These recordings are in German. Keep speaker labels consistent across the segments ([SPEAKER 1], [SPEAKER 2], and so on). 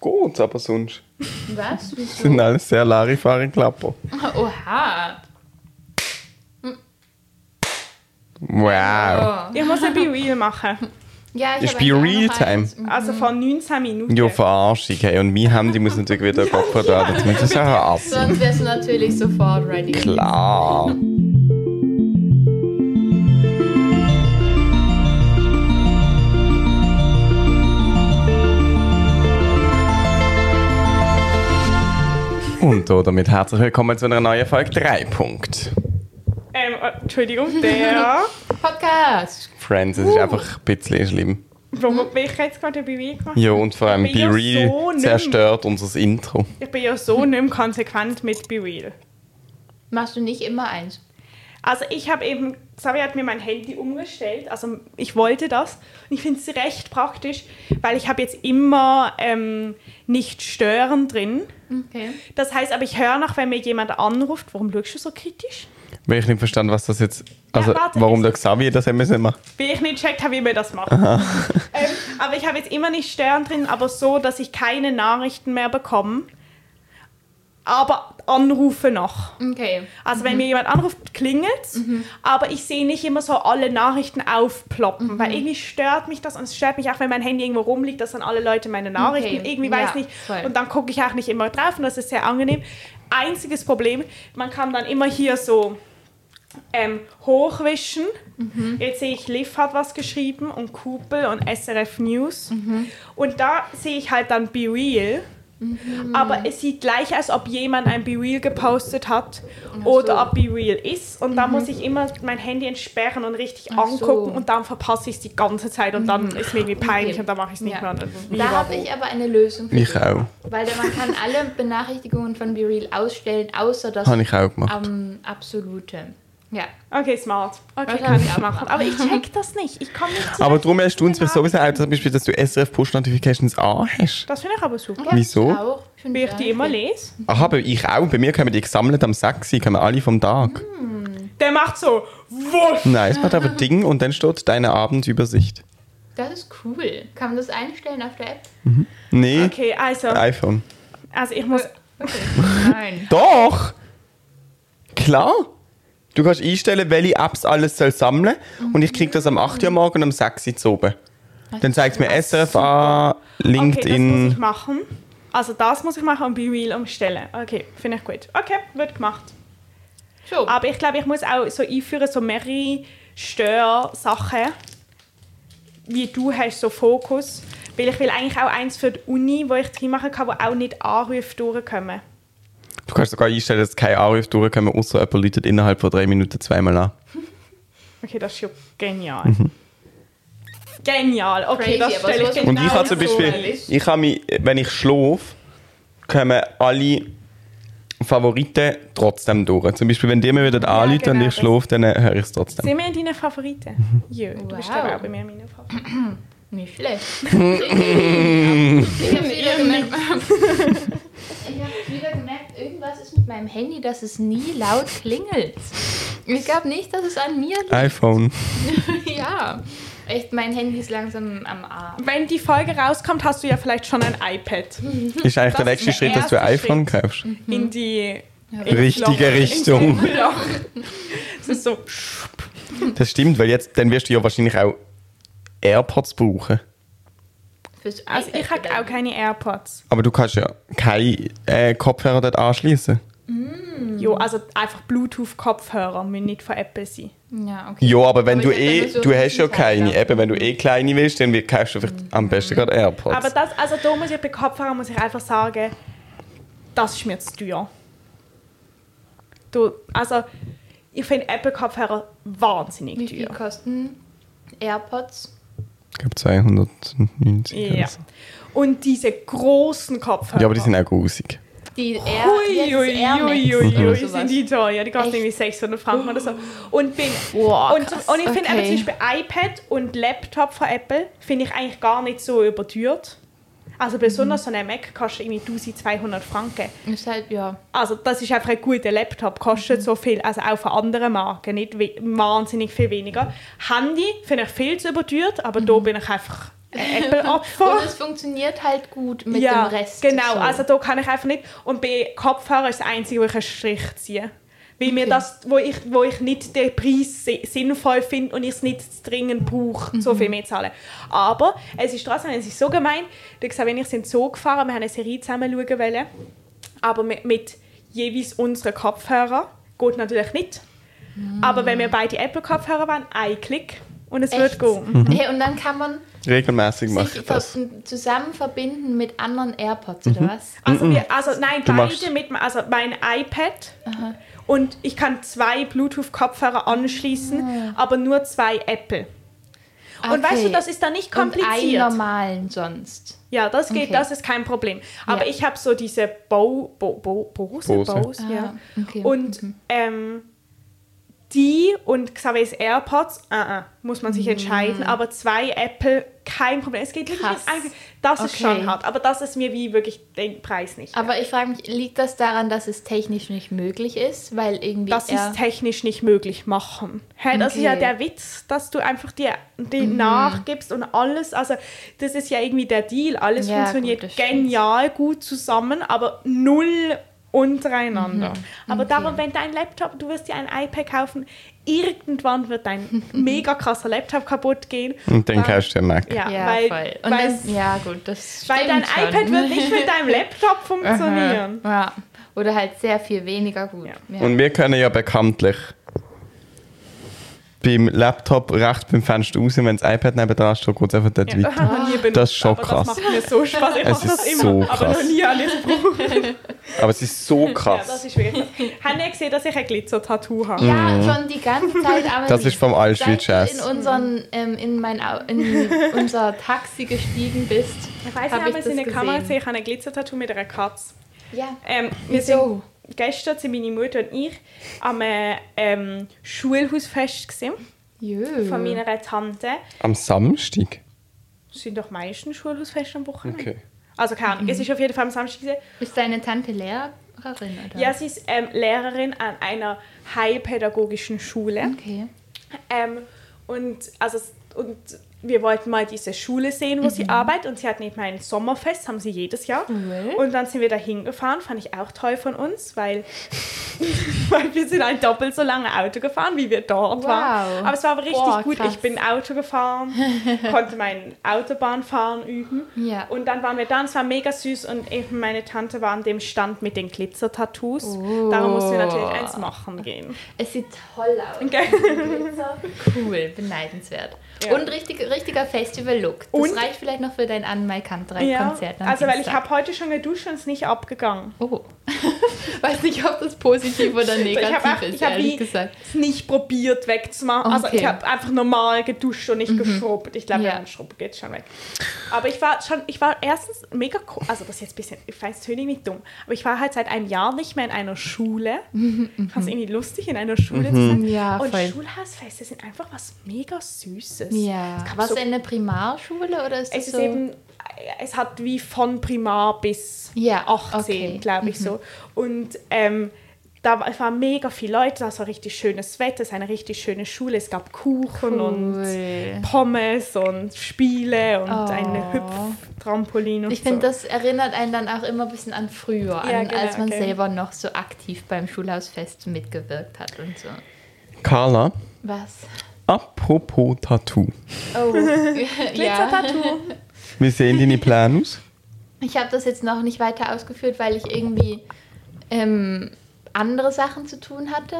[SPEAKER 1] geht's aber sonst.
[SPEAKER 2] Was?
[SPEAKER 1] Das sind alles sehr Larifari-Klapper.
[SPEAKER 2] Oha.
[SPEAKER 1] Wow.
[SPEAKER 2] Oh.
[SPEAKER 3] Ich muss ein Be-Real machen.
[SPEAKER 2] Ja, ich
[SPEAKER 1] Ist
[SPEAKER 2] hab
[SPEAKER 1] bei
[SPEAKER 2] eigentlich auch noch
[SPEAKER 1] Realtime.
[SPEAKER 2] eins. Mhm.
[SPEAKER 3] Also vor 19 Minuten.
[SPEAKER 1] Ja, Verarschung. Hey. Und mein Handy muss natürlich wieder geopfert werden. Jetzt müssen wir es auch abziehen.
[SPEAKER 2] Sonst wärst du natürlich sofort ready.
[SPEAKER 1] Klar. Und damit herzlich willkommen zu einer neuen Folge 3. Punkt.
[SPEAKER 3] Ähm, äh, Entschuldigung, der.
[SPEAKER 2] Podcast.
[SPEAKER 1] Friends, es ist
[SPEAKER 3] Uh.
[SPEAKER 1] einfach ein bisschen schlimm.
[SPEAKER 3] Warum bin ich jetzt gerade Be Real gemacht?
[SPEAKER 1] Ja, und vor allem
[SPEAKER 3] Ich bin
[SPEAKER 1] Be
[SPEAKER 3] ja
[SPEAKER 1] Real
[SPEAKER 3] so nicht-
[SPEAKER 1] zerstört unser Intro.
[SPEAKER 3] Ich bin ja so nicht mehr konsequent mit Be Real.
[SPEAKER 2] Machst du nicht immer eins?
[SPEAKER 3] Also ich habe eben, Xavier hat mir mein Handy umgestellt, also ich wollte das. Und ich finde es recht praktisch, weil ich habe jetzt immer ähm, nicht stören drin.
[SPEAKER 2] Okay.
[SPEAKER 3] Das heißt aber, ich höre noch, wenn mir jemand anruft, warum schaust du so kritisch?
[SPEAKER 1] Weil ich nicht verstanden, was das jetzt. Also,
[SPEAKER 3] warte,
[SPEAKER 1] warum
[SPEAKER 3] es-
[SPEAKER 1] der Xavier das haben müssen machen.
[SPEAKER 3] Weil ich nicht checkt habe, wie man das macht. ähm, aber ich habe jetzt immer nicht stören drin, aber so, dass ich keine Nachrichten mehr bekomme. Aber Anrufe noch.
[SPEAKER 2] Okay.
[SPEAKER 3] Also wenn mir jemand anruft, klingelt
[SPEAKER 2] Mhm.
[SPEAKER 3] aber ich sehe nicht immer so alle Nachrichten aufploppen,
[SPEAKER 2] Mhm.
[SPEAKER 3] weil irgendwie stört mich das und es stört mich auch, wenn mein Handy irgendwo rumliegt, dass dann alle Leute meine Nachrichten
[SPEAKER 2] Okay,
[SPEAKER 3] irgendwie
[SPEAKER 2] ja,
[SPEAKER 3] weiß nicht
[SPEAKER 2] voll.
[SPEAKER 3] und dann gucke ich auch nicht immer drauf und das ist sehr angenehm. Einziges Problem, man kann dann immer hier so ähm, hochwischen. Jetzt sehe ich, Liv hat was geschrieben und Kupel und SRF News.
[SPEAKER 2] Mhm.
[SPEAKER 3] Und da sehe ich halt dann Be Real.
[SPEAKER 2] Mhm.
[SPEAKER 3] Aber es sieht gleich, als ob jemand ein Be Real gepostet hat oder ob Be Real ist. Und da muss ich immer mein Handy entsperren und richtig
[SPEAKER 2] Mhm. Ach so. Mhm.
[SPEAKER 3] angucken und dann verpasse ich es die ganze Zeit und dann ist mir irgendwie peinlich
[SPEAKER 2] Okay.
[SPEAKER 3] und dann mache ich es nicht
[SPEAKER 2] Ja.
[SPEAKER 3] mehr. Und dann
[SPEAKER 2] Da habe
[SPEAKER 3] Viva-Bo.
[SPEAKER 2] ich aber eine Lösung für
[SPEAKER 1] Ich
[SPEAKER 2] dich.
[SPEAKER 1] auch.
[SPEAKER 2] Weil man kann alle Benachrichtigungen von BeReal ausstellen, außer das
[SPEAKER 1] Habe ich auch gemacht.
[SPEAKER 2] ähm, absolute. Ja.
[SPEAKER 3] Okay, smart. Okay,
[SPEAKER 2] Das
[SPEAKER 3] kann
[SPEAKER 2] hab ich
[SPEAKER 3] ich
[SPEAKER 2] auch
[SPEAKER 3] machen. Aber ich check das nicht. Ich komme nicht zurecht
[SPEAKER 1] Aber darum hast du uns
[SPEAKER 3] mit den
[SPEAKER 1] sowieso auch zum Beispiel, dass du SRF Push Notifications an hast.
[SPEAKER 3] Das finde ich aber super.
[SPEAKER 2] ja
[SPEAKER 1] Wieso?
[SPEAKER 2] ich Auch. Ich find
[SPEAKER 3] Weil ich
[SPEAKER 2] ja.
[SPEAKER 3] die immer lese.
[SPEAKER 1] Ach, aber ich auch. Bei mir kommen die gesammelt am 6 Uhr, kommen alle vom Tag.
[SPEAKER 3] Der macht so, wuff.
[SPEAKER 1] Nein, es macht einfach Ding und dann steht deine Abendübersicht.
[SPEAKER 2] Das ist cool. Kann man das einstellen auf der App?
[SPEAKER 1] Nee,
[SPEAKER 3] Okay, also,
[SPEAKER 1] iPhone.
[SPEAKER 3] also ich muss.
[SPEAKER 2] Nein.
[SPEAKER 1] Doch! Klar! Du kannst einstellen, welche Apps alles soll sammeln und ich kriege das am 8 Uhr am morgen und am 6 Uhr zu oben. Dann zeigt es mir SRF an,
[SPEAKER 3] Okay, das muss
[SPEAKER 1] LinkedIn.
[SPEAKER 3] ich machen. Also das muss ich machen und Be Real umstellen. Okay, finde ich gut. Okay, wird gemacht.
[SPEAKER 2] So.
[SPEAKER 3] Aber ich glaube, ich muss auch so einführen, so mehrere Störsachen, wie du hast, so Fokus. Weil ich will eigentlich auch eins für die Uni, wo ich drin machen kann, wo auch nicht Anrufe durchkommen.
[SPEAKER 1] du kannst sogar einstellen, dass keine Anrufe durchkommen, außer jemand läutet innerhalb von drei Minuten zweimal an.
[SPEAKER 3] Okay, das ist ja genial.
[SPEAKER 1] Mhm.
[SPEAKER 3] Genial, okay,
[SPEAKER 2] Crazy,
[SPEAKER 3] das
[SPEAKER 2] aber
[SPEAKER 3] stelle ich
[SPEAKER 2] sowas
[SPEAKER 3] genau
[SPEAKER 1] Und ich habe zum
[SPEAKER 3] so.
[SPEAKER 1] Beispiel,
[SPEAKER 2] so.
[SPEAKER 1] ich habe mich, wenn ich schlafe, kommen alle Favoriten trotzdem durch. Zum Beispiel, wenn dir mir wieder
[SPEAKER 3] Ja,
[SPEAKER 1] anläutet und
[SPEAKER 3] genau,
[SPEAKER 1] ich schlafe, dann äh, höre ich es trotzdem.
[SPEAKER 3] Sind wir deine
[SPEAKER 1] Mhm.
[SPEAKER 3] Favoriten? Ja, du bist
[SPEAKER 2] Wow.
[SPEAKER 3] aber auch bei mir meine Favoriten.
[SPEAKER 2] Nicht schlecht. ich habe wieder gemerkt. Ich habe wieder gemerkt, irgendwas ist mit meinem Handy, dass es nie laut klingelt. Ich glaube nicht, dass es an mir liegt.
[SPEAKER 1] iPhone.
[SPEAKER 2] Ja. Echt, mein Handy ist langsam am Arm.
[SPEAKER 3] Wenn die Folge rauskommt, hast du ja vielleicht schon ein iPad
[SPEAKER 1] Ist eigentlich der
[SPEAKER 3] Das
[SPEAKER 1] nächste
[SPEAKER 3] ist der
[SPEAKER 1] Schritt, dass du ein
[SPEAKER 3] erste
[SPEAKER 1] iPhone kaufst.
[SPEAKER 3] in die
[SPEAKER 1] Richtige Richtung.
[SPEAKER 3] Es ist so.
[SPEAKER 1] Das stimmt, weil jetzt, dann wirst du ja wahrscheinlich auch AirPods brauchen.
[SPEAKER 2] Fürs
[SPEAKER 3] Also ich habe auch keine AirPods.
[SPEAKER 1] Aber du kannst ja keine äh, Kopfhörer dort anschließen.
[SPEAKER 3] Jo, also einfach Bluetooth-Kopfhörer müssen nicht von Apple sein.
[SPEAKER 2] Ja, okay.
[SPEAKER 1] Ja, aber wenn
[SPEAKER 2] Aber
[SPEAKER 1] du
[SPEAKER 2] ich hab dann
[SPEAKER 1] eh,
[SPEAKER 2] nur so
[SPEAKER 1] du hast ja keine.
[SPEAKER 2] Kopfhörer.
[SPEAKER 1] Eben, wenn du eh kleine willst, dann kaufst du vielleicht am besten gerade AirPods.
[SPEAKER 3] Aber das, also da muss ich bei Kopfhörern muss ich einfach sagen, das ist mir zu teuer. Du, also ich finde Apple-Kopfhörer
[SPEAKER 2] Wie
[SPEAKER 3] wahnsinnig
[SPEAKER 2] viel
[SPEAKER 3] teuer.
[SPEAKER 2] kosten AirPods?
[SPEAKER 1] ich glaube 290 oder
[SPEAKER 3] Ja.
[SPEAKER 1] so.
[SPEAKER 3] Und diese großen Kopfhörer.
[SPEAKER 1] Ja, aber die sind auch grusig.
[SPEAKER 2] Die Air, jetzt Air Max oder
[SPEAKER 3] Huiuiuiui,
[SPEAKER 2] sowas.
[SPEAKER 3] sind die teuer. Die kosten
[SPEAKER 2] Echt?
[SPEAKER 3] irgendwie 600 Franken oder so. Und, bin,
[SPEAKER 2] Boah,
[SPEAKER 3] und,
[SPEAKER 2] krass.
[SPEAKER 3] und ich finde aber
[SPEAKER 2] Okay.
[SPEAKER 3] zum Beispiel iPad und Laptop von Apple finde ich eigentlich gar nicht so überteuert. Also besonders so ein Mac kostet irgendwie 1200 Franken.
[SPEAKER 2] Ist halt, ja.
[SPEAKER 3] Also das ist einfach ein guter Laptop, kostet so viel, also auch von anderen Marken,
[SPEAKER 2] Mhm.
[SPEAKER 3] nicht we- wahnsinnig viel weniger. Handy finde ich viel zu überteuert, aber da bin ich einfach Apple-Opfer.
[SPEAKER 2] Und es funktioniert halt gut mit
[SPEAKER 3] ja,
[SPEAKER 2] dem Rest.
[SPEAKER 3] genau.
[SPEAKER 2] so.
[SPEAKER 3] Also da kann ich einfach nicht. Und bei Kopfhörer ist das Einzige, wo ich einen Strich ziehe. Weil mir
[SPEAKER 2] Okay.
[SPEAKER 3] das, wo ich, wo ich nicht den Preis si- sinnvoll finde und ich es nicht dringend brauche,
[SPEAKER 2] Mhm.
[SPEAKER 3] so viel mehr zu zahlen. Aber es ist trotzdem, es ist so gemein, du gesagt, wenn ich sind so gefahren, wir haben eine Serie zusammen schauen wollen, aber mit, mit jeweils unseren Kopfhörern geht natürlich nicht.
[SPEAKER 2] Mhm.
[SPEAKER 3] Aber wenn wir beide Apple-Kopfhörer waren, ein Klick und es
[SPEAKER 2] Echt. Mhm.
[SPEAKER 3] wird Mhm. gehen.
[SPEAKER 2] Hey, und dann kann man
[SPEAKER 1] Regelmäßig mache
[SPEAKER 2] sich
[SPEAKER 1] ich das.
[SPEAKER 2] ver zusammen verbinden mit anderen AirPods, oder was?
[SPEAKER 3] Also, wir, also nein,
[SPEAKER 1] Du machst-
[SPEAKER 3] beide mit, also mein iPad und ich kann zwei Bluetooth-Kopfhörer anschließen,
[SPEAKER 2] Ah.
[SPEAKER 3] aber nur zwei Apple. Und weißt du, das ist dann nicht
[SPEAKER 2] Und einen
[SPEAKER 3] kompliziert.
[SPEAKER 2] normalen sonst.
[SPEAKER 3] Ja, das geht,
[SPEAKER 2] Okay.
[SPEAKER 3] das ist kein Problem. Aber
[SPEAKER 2] Ja.
[SPEAKER 3] ich habe so diese Bo, Bo, Bo, Bose,
[SPEAKER 1] Bose.
[SPEAKER 3] Bose,
[SPEAKER 2] Ah,
[SPEAKER 3] ja.
[SPEAKER 2] okay. Mhm.
[SPEAKER 3] Und ähm, die und Xavier's AirPods, ah, ah, muss man sich
[SPEAKER 2] Mhm.
[SPEAKER 3] entscheiden, aber zwei Apple, kein Problem. Es geht wirklich
[SPEAKER 2] Krass.
[SPEAKER 3] einfach, das ist
[SPEAKER 2] Okay.
[SPEAKER 3] schon hart, aber das ist mir wie wirklich den Preis nicht.
[SPEAKER 2] Aber ich frage mich, liegt das daran, dass es technisch nicht möglich ist? Weil irgendwie.
[SPEAKER 3] das
[SPEAKER 2] er-
[SPEAKER 3] ist technisch nicht möglich machen. Hä, Das ist ja
[SPEAKER 2] Okay. Mhm.
[SPEAKER 3] der Witz, dass du einfach dir die nachgibst und alles. Also das ist ja irgendwie der Deal. Alles
[SPEAKER 2] Ja, gut,
[SPEAKER 3] funktioniert
[SPEAKER 2] das stimmt.
[SPEAKER 3] genial gut zusammen, aber null untereinander. Aber
[SPEAKER 2] Mhm. Okay.
[SPEAKER 3] darum, wenn dein Laptop, du wirst dir ein iPad kaufen, irgendwann wird dein mega krasser Laptop kaputt gehen.
[SPEAKER 1] Und dann kannst du ja merken.
[SPEAKER 3] Ja,
[SPEAKER 2] ja,
[SPEAKER 3] weil,
[SPEAKER 2] voll. Und
[SPEAKER 3] weil,
[SPEAKER 2] dann, ja, gut, das
[SPEAKER 3] weil dein
[SPEAKER 2] stimmt schon.
[SPEAKER 3] iPad wird nicht mit deinem Laptop funktionieren.
[SPEAKER 2] Ja. Oder halt sehr viel weniger gut.
[SPEAKER 3] Ja.
[SPEAKER 2] Ja.
[SPEAKER 1] Und wir können ja bekanntlich beim Laptop rechts beim Fenster raus, wenn das iPad neben dran steht, geht es einfach dort
[SPEAKER 3] Ja,
[SPEAKER 1] weiter.
[SPEAKER 3] noch nie benutzt,
[SPEAKER 1] Das ist schon
[SPEAKER 3] aber
[SPEAKER 1] krass.
[SPEAKER 3] Das macht mir so Spaß. Ich
[SPEAKER 1] Es
[SPEAKER 3] mache das
[SPEAKER 1] ist
[SPEAKER 3] immer,
[SPEAKER 1] so
[SPEAKER 3] aber noch
[SPEAKER 1] krass.
[SPEAKER 3] nie alles gebraucht.
[SPEAKER 1] Aber es ist so
[SPEAKER 3] Ja, das
[SPEAKER 1] krass.
[SPEAKER 3] ist wirklich. Habt ihr gesehen, dass ich ein Glitzer-Tattoo habe?
[SPEAKER 2] Ja, schon die ganze Zeit. Aber
[SPEAKER 1] Mhm. Das ist vom
[SPEAKER 2] seit du in,
[SPEAKER 1] Allschwitz-Jazz.
[SPEAKER 2] unseren, ähm, in, mein, Au- in unser Taxi gestiegen bist.
[SPEAKER 3] Ich weiß
[SPEAKER 2] hab
[SPEAKER 3] nicht, ob ihr es in der Kamera
[SPEAKER 2] gesehen.
[SPEAKER 3] gesehen habt, ich habe ein Glitzer-Tattoo mit einer Katze.
[SPEAKER 2] Ja.
[SPEAKER 3] Ähm, wir
[SPEAKER 2] Wieso?
[SPEAKER 3] sind gestern sind meine Mutter und ich am äh, ähm, Schulhausfest gewesen,
[SPEAKER 2] Jö.
[SPEAKER 3] von meiner Tante.
[SPEAKER 1] Am Samstag?
[SPEAKER 3] Es sind doch meistens Schulhausfeste am Wochenende.
[SPEAKER 1] Okay.
[SPEAKER 3] Also keine Ahnung, es ist auf jeden Fall am Samstag. Gewesen.
[SPEAKER 2] Ist deine Tante Lehrerin, oder?
[SPEAKER 3] Ja, sie ist ähm, Lehrerin an einer heilpädagogischen Schule.
[SPEAKER 2] Okay.
[SPEAKER 3] Ähm, und, also, s- und wir wollten mal diese Schule sehen, wo sie
[SPEAKER 2] Mhm.
[SPEAKER 3] arbeitet. Und sie hat nebenbei ein Sommerfest, haben sie jedes Jahr.
[SPEAKER 2] Cool.
[SPEAKER 3] Und dann sind wir da hingefahren, fand ich auch toll von uns, weil, weil wir sind ein doppelt so lange Auto gefahren, wie wir dort
[SPEAKER 2] Wow.
[SPEAKER 3] waren. Aber es war aber richtig
[SPEAKER 2] Boah,
[SPEAKER 3] gut.
[SPEAKER 2] krass.
[SPEAKER 3] Ich bin Auto gefahren, konnte mein Autobahnfahren üben.
[SPEAKER 2] Ja.
[SPEAKER 3] Und dann waren wir da und es war mega süß. Und eben meine Tante war an dem Stand mit den Glitzer-Tattoos. Darum mussten wir natürlich eins machen gehen.
[SPEAKER 2] Es sieht toll aus.
[SPEAKER 3] Okay.
[SPEAKER 2] Cool, beneidenswert.
[SPEAKER 3] Ja.
[SPEAKER 2] Und richtig, richtiger Festival-Look. Das
[SPEAKER 3] Und-
[SPEAKER 2] reicht vielleicht noch für dein Anne Mai Kantrei Konzert. am
[SPEAKER 3] Also, weil ich
[SPEAKER 2] Dienstag.
[SPEAKER 3] habe heute schon geduscht und es ist nicht abgegangen.
[SPEAKER 2] Oh. Weiß nicht, ob das positiv oder
[SPEAKER 3] Also ich
[SPEAKER 2] negativ
[SPEAKER 3] habe auch-
[SPEAKER 2] ist,
[SPEAKER 3] ich habe
[SPEAKER 2] ehrlich
[SPEAKER 3] wie-
[SPEAKER 2] gesagt.
[SPEAKER 3] Es ist nicht probiert wegzumachen. Also,
[SPEAKER 2] Okay. Mhm.
[SPEAKER 3] ich habe einfach normal geduscht und nicht geschrubbt. Ich glaube,
[SPEAKER 2] Ja.
[SPEAKER 3] wenn man schrubbt, geht es schon weg. Aber ich war schon, ich war erstens mega, ko- also das ist jetzt ein bisschen, ich weiß, es tönt irgendwie dumm, aber ich war halt seit einem Jahr nicht mehr in einer Schule. Ich fand es irgendwie lustig, in einer Schule zu sein.
[SPEAKER 2] Mhm, Ja,
[SPEAKER 3] und
[SPEAKER 2] voll.
[SPEAKER 3] Schulhausfeste sind einfach was mega Süßes.
[SPEAKER 2] Ja.
[SPEAKER 3] Es gab
[SPEAKER 2] Warst
[SPEAKER 3] so
[SPEAKER 2] du in der Primarschule oder ist das
[SPEAKER 3] es ist
[SPEAKER 2] so?
[SPEAKER 3] eben, es hat wie von Primar bis
[SPEAKER 2] Ja,
[SPEAKER 3] 18,
[SPEAKER 2] okay. Mhm.
[SPEAKER 3] glaube ich so. Und ähm, da war, es waren mega viele Leute, das war richtig schönes Wetter, es ist eine richtig schöne Schule, es gab Kuchen
[SPEAKER 2] Cool.
[SPEAKER 3] und Pommes und Spiele und
[SPEAKER 2] Oh.
[SPEAKER 3] eine Hüpftrampolin und
[SPEAKER 2] ich finde,
[SPEAKER 3] so.
[SPEAKER 2] das erinnert einen dann auch immer ein bisschen an früher,
[SPEAKER 3] Ja,
[SPEAKER 2] an,
[SPEAKER 3] genau,
[SPEAKER 2] als man
[SPEAKER 3] okay.
[SPEAKER 2] selber noch so aktiv beim Schulhausfest mitgewirkt hat und so.
[SPEAKER 1] Carla,
[SPEAKER 2] Was?
[SPEAKER 1] apropos Tattoo.
[SPEAKER 2] Oh, ja.
[SPEAKER 3] Glitzer-Tattoo.
[SPEAKER 1] Wie sehen deine Pläne aus?
[SPEAKER 2] Ich habe das jetzt noch nicht weiter ausgeführt, weil ich irgendwie ähm, andere Sachen zu tun hatte.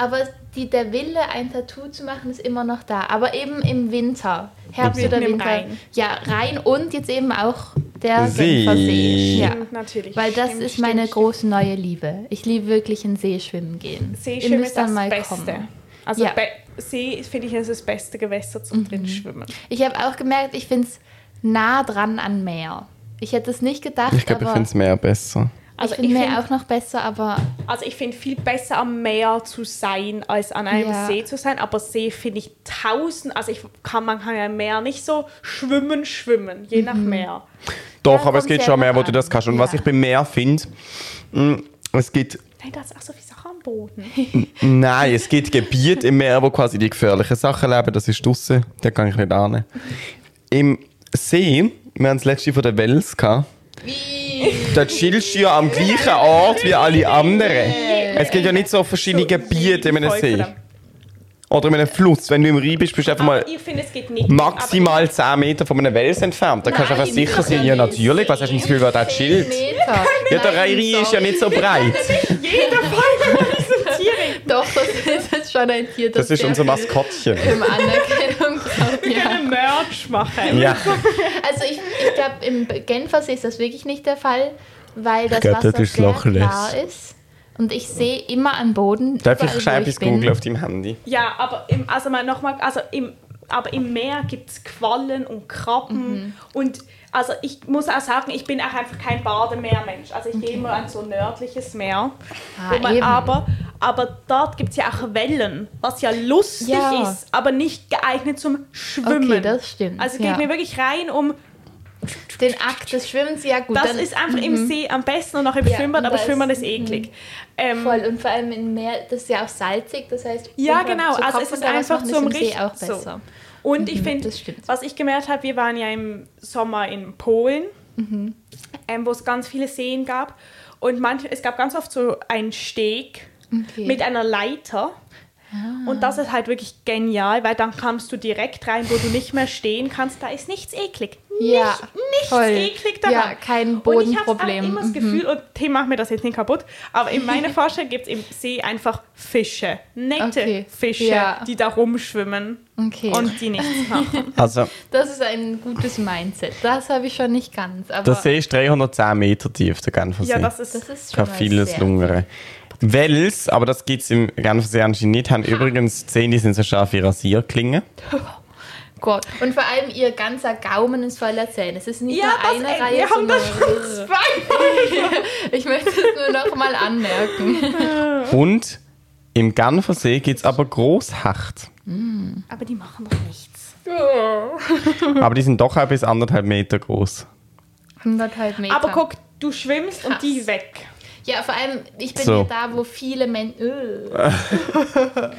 [SPEAKER 2] Aber die, der Wille, ein Tattoo zu machen, ist immer noch da. Aber eben im Winter. Herbst
[SPEAKER 1] Mitten
[SPEAKER 2] oder
[SPEAKER 3] im
[SPEAKER 2] Winter.
[SPEAKER 3] Rhein.
[SPEAKER 2] Ja, Rhein und jetzt eben auch der
[SPEAKER 1] See.
[SPEAKER 2] Genfersee. Ja.
[SPEAKER 3] Stimmt, Mhm, natürlich.
[SPEAKER 2] Weil das
[SPEAKER 3] Stimmt,
[SPEAKER 2] ist
[SPEAKER 3] stimmt,
[SPEAKER 2] meine
[SPEAKER 3] stimmt.
[SPEAKER 2] große neue Liebe. Ich liebe wirklich in See schwimmen gehen. Ihr
[SPEAKER 3] Seeschwimmen
[SPEAKER 2] müsst
[SPEAKER 3] ist
[SPEAKER 2] dann
[SPEAKER 3] das
[SPEAKER 2] mal
[SPEAKER 3] Beste.
[SPEAKER 2] kommen.
[SPEAKER 3] Also
[SPEAKER 2] Ja. Mhm.
[SPEAKER 3] Be See, finde ich, ist das beste Gewässer zum drin schwimmen.
[SPEAKER 2] Ich habe auch gemerkt, ich finde es nah dran an Meer. Ich hätte es nicht gedacht,
[SPEAKER 1] Ich glaube, ich
[SPEAKER 2] aber
[SPEAKER 1] finde es mehr besser.
[SPEAKER 2] ich
[SPEAKER 3] Also
[SPEAKER 2] finde
[SPEAKER 3] ich
[SPEAKER 2] Meer
[SPEAKER 3] find-
[SPEAKER 2] auch noch besser, aber
[SPEAKER 3] Also ich finde viel besser am Meer zu sein, als an einem
[SPEAKER 2] Ja.
[SPEAKER 3] See zu sein. Aber See finde ich tausend, also ich kann, man kann ja im Meer nicht so schwimmen, schwimmen, je nach Meer.
[SPEAKER 1] Doch,
[SPEAKER 2] Ja,
[SPEAKER 1] aber es
[SPEAKER 2] kommt
[SPEAKER 1] geht
[SPEAKER 2] sehr
[SPEAKER 1] schon mehr,
[SPEAKER 2] drauf
[SPEAKER 1] wo du das
[SPEAKER 2] an.
[SPEAKER 1] kannst. Und
[SPEAKER 2] Ja.
[SPEAKER 1] was ich beim Meer finde, mm, es gibt mm,
[SPEAKER 3] Nein, da ist auch so viel Sachen am Boden.
[SPEAKER 1] Nein, es gibt Gebiete im Meer, wo quasi die gefährlichen Sachen leben. Das ist draussen, da kann ich nicht ahnen. Im See, wir haben das letzte von der Wels gehabt.
[SPEAKER 2] Wie?
[SPEAKER 1] Da chillst du ja am gleichen Ort wie alle anderen. Es gibt ja nicht so verschiedene Gebiete in einem
[SPEAKER 3] Voll
[SPEAKER 1] See.
[SPEAKER 3] verdammt.
[SPEAKER 1] Oder in einem Fluss. Wenn du im Rhein bist, bist du einfach mal
[SPEAKER 2] Ah,
[SPEAKER 3] Aber ich finde, es geht nicht.
[SPEAKER 1] maximal 10 Meter von einem Wels entfernt. Da kannst du
[SPEAKER 2] Nein,
[SPEAKER 1] einfach sicher
[SPEAKER 2] nicht
[SPEAKER 1] sein, ja natürlich. Was hast du denn das Gefühl, wer da chillt?
[SPEAKER 2] Meter.
[SPEAKER 1] Ja, der
[SPEAKER 2] Nein,
[SPEAKER 1] Rhein ist ja nicht so breit.
[SPEAKER 3] Aber jeder Fall ist Tiere.
[SPEAKER 2] Doch, das ist jetzt schon ein Tier,
[SPEAKER 1] Das ist
[SPEAKER 2] sehr
[SPEAKER 1] unser
[SPEAKER 2] viel
[SPEAKER 1] Maskottchen.
[SPEAKER 2] im Anerkennung braucht.
[SPEAKER 3] Wir
[SPEAKER 2] Ja.
[SPEAKER 3] können Merch machen.
[SPEAKER 1] Ja.
[SPEAKER 2] Also ich, ich glaube, im Genfersee ist das wirklich nicht der Fall, weil das
[SPEAKER 1] Geht
[SPEAKER 2] Wasser
[SPEAKER 1] durchs
[SPEAKER 2] sehr
[SPEAKER 1] Loch lässt.
[SPEAKER 2] klar ist. Und ich sehe immer an Boden.
[SPEAKER 1] Darf
[SPEAKER 2] überall,
[SPEAKER 1] ich
[SPEAKER 2] wo
[SPEAKER 1] schnell etwas
[SPEAKER 2] also bin.
[SPEAKER 1] googeln auf deinem Handy?
[SPEAKER 3] Ja, aber im, also mal nochmal, also im, aber im Meer gibt es Quallen und Krabben und also ich muss auch sagen, ich bin auch einfach kein Bademeermensch. Also ich gehe immer an so nördliches Meer.
[SPEAKER 2] Ah,
[SPEAKER 3] Wo man
[SPEAKER 2] eben.
[SPEAKER 3] aber, aber dort gibt es ja auch Wellen, was ja lustig
[SPEAKER 2] Ja.
[SPEAKER 3] ist, aber nicht geeignet zum Schwimmen.
[SPEAKER 2] Okay, das stimmt.
[SPEAKER 3] Also geht
[SPEAKER 2] ja.
[SPEAKER 3] mir wirklich rein um,
[SPEAKER 2] Den Akt des Schwimmens, ja gut.
[SPEAKER 3] das
[SPEAKER 2] dann mhm.
[SPEAKER 3] ist einfach im See am besten und auch im
[SPEAKER 2] Ja,
[SPEAKER 3] Schwimmbad,
[SPEAKER 2] und
[SPEAKER 3] aber
[SPEAKER 2] da
[SPEAKER 3] Schwimmbad
[SPEAKER 2] ist-
[SPEAKER 3] ist eklig. Ähm,
[SPEAKER 2] voll. Und vor allem im Meer, das ist ja auch salzig, das heißt,
[SPEAKER 3] Ja,
[SPEAKER 2] unter-
[SPEAKER 3] genau.
[SPEAKER 2] so
[SPEAKER 3] Also
[SPEAKER 2] Kopf
[SPEAKER 3] es ist
[SPEAKER 2] unter Wasser
[SPEAKER 3] einfach
[SPEAKER 2] machen ist
[SPEAKER 3] zum
[SPEAKER 2] im See
[SPEAKER 3] Richt-
[SPEAKER 2] auch
[SPEAKER 3] so.
[SPEAKER 2] besser.
[SPEAKER 3] Und ich finde,
[SPEAKER 2] Mhm, das stimmt.
[SPEAKER 3] was ich gemerkt habe, wir waren ja im Sommer in Polen,
[SPEAKER 2] Mhm.
[SPEAKER 3] ähm, wo es ganz viele Seen gab. Und manch, es gab ganz oft so einen Steg
[SPEAKER 2] Okay. Ah.
[SPEAKER 3] mit einer Leiter. Und das ist halt wirklich genial, weil dann kommst du direkt rein, wo du nicht mehr stehen kannst. Da ist nichts eklig.
[SPEAKER 2] Ja,
[SPEAKER 3] Nicht, nichts
[SPEAKER 2] voll.
[SPEAKER 3] eklig daran.
[SPEAKER 2] Ja, kein
[SPEAKER 3] Und ich habe
[SPEAKER 2] Bodenproblem. Mhm.
[SPEAKER 3] immer das Gefühl, und Tim macht mir das jetzt nicht kaputt, aber in meiner Vorstellung gibt es im See einfach Fische. Nette
[SPEAKER 2] Okay.
[SPEAKER 3] Fische,
[SPEAKER 2] Ja.
[SPEAKER 3] die da rumschwimmen
[SPEAKER 2] okay.
[SPEAKER 3] und die nichts machen.
[SPEAKER 1] Also,
[SPEAKER 2] das ist ein gutes Mindset. Das habe ich schon nicht ganz. Aber
[SPEAKER 1] der See ist 310 Meter tief, der Genfersee.
[SPEAKER 3] ja, das ist.
[SPEAKER 2] das ist schon
[SPEAKER 1] kann
[SPEAKER 2] mal
[SPEAKER 1] vieles
[SPEAKER 2] sehr-
[SPEAKER 1] lungern. Wels, aber das gibt es im Genfersee anscheinend nicht, haben übrigens 10, die sind so scharf wie Rasierklingen.
[SPEAKER 2] Mhm. Gott. Und vor allem ihr ganzer Gaumen ist voller Zähne. Es ist nicht
[SPEAKER 3] ja, das,
[SPEAKER 2] nur eine
[SPEAKER 3] ey,
[SPEAKER 2] Reihe,
[SPEAKER 3] wir haben
[SPEAKER 2] sondern
[SPEAKER 3] das schon zwei.
[SPEAKER 2] Ich möchte es nur noch mal anmerken.
[SPEAKER 1] Und im Genfersee gibt es aber Großhacht.
[SPEAKER 3] Aber die machen doch nichts.
[SPEAKER 2] Mhm.
[SPEAKER 1] Aber die sind doch auch bis anderthalb Meter groß.
[SPEAKER 2] 100 Meter.
[SPEAKER 3] Aber guck, du schwimmst und
[SPEAKER 2] Krass.
[SPEAKER 3] die weg.
[SPEAKER 2] Ja, vor allem, ich bin
[SPEAKER 1] So.
[SPEAKER 2] ja da, wo viele Menschen.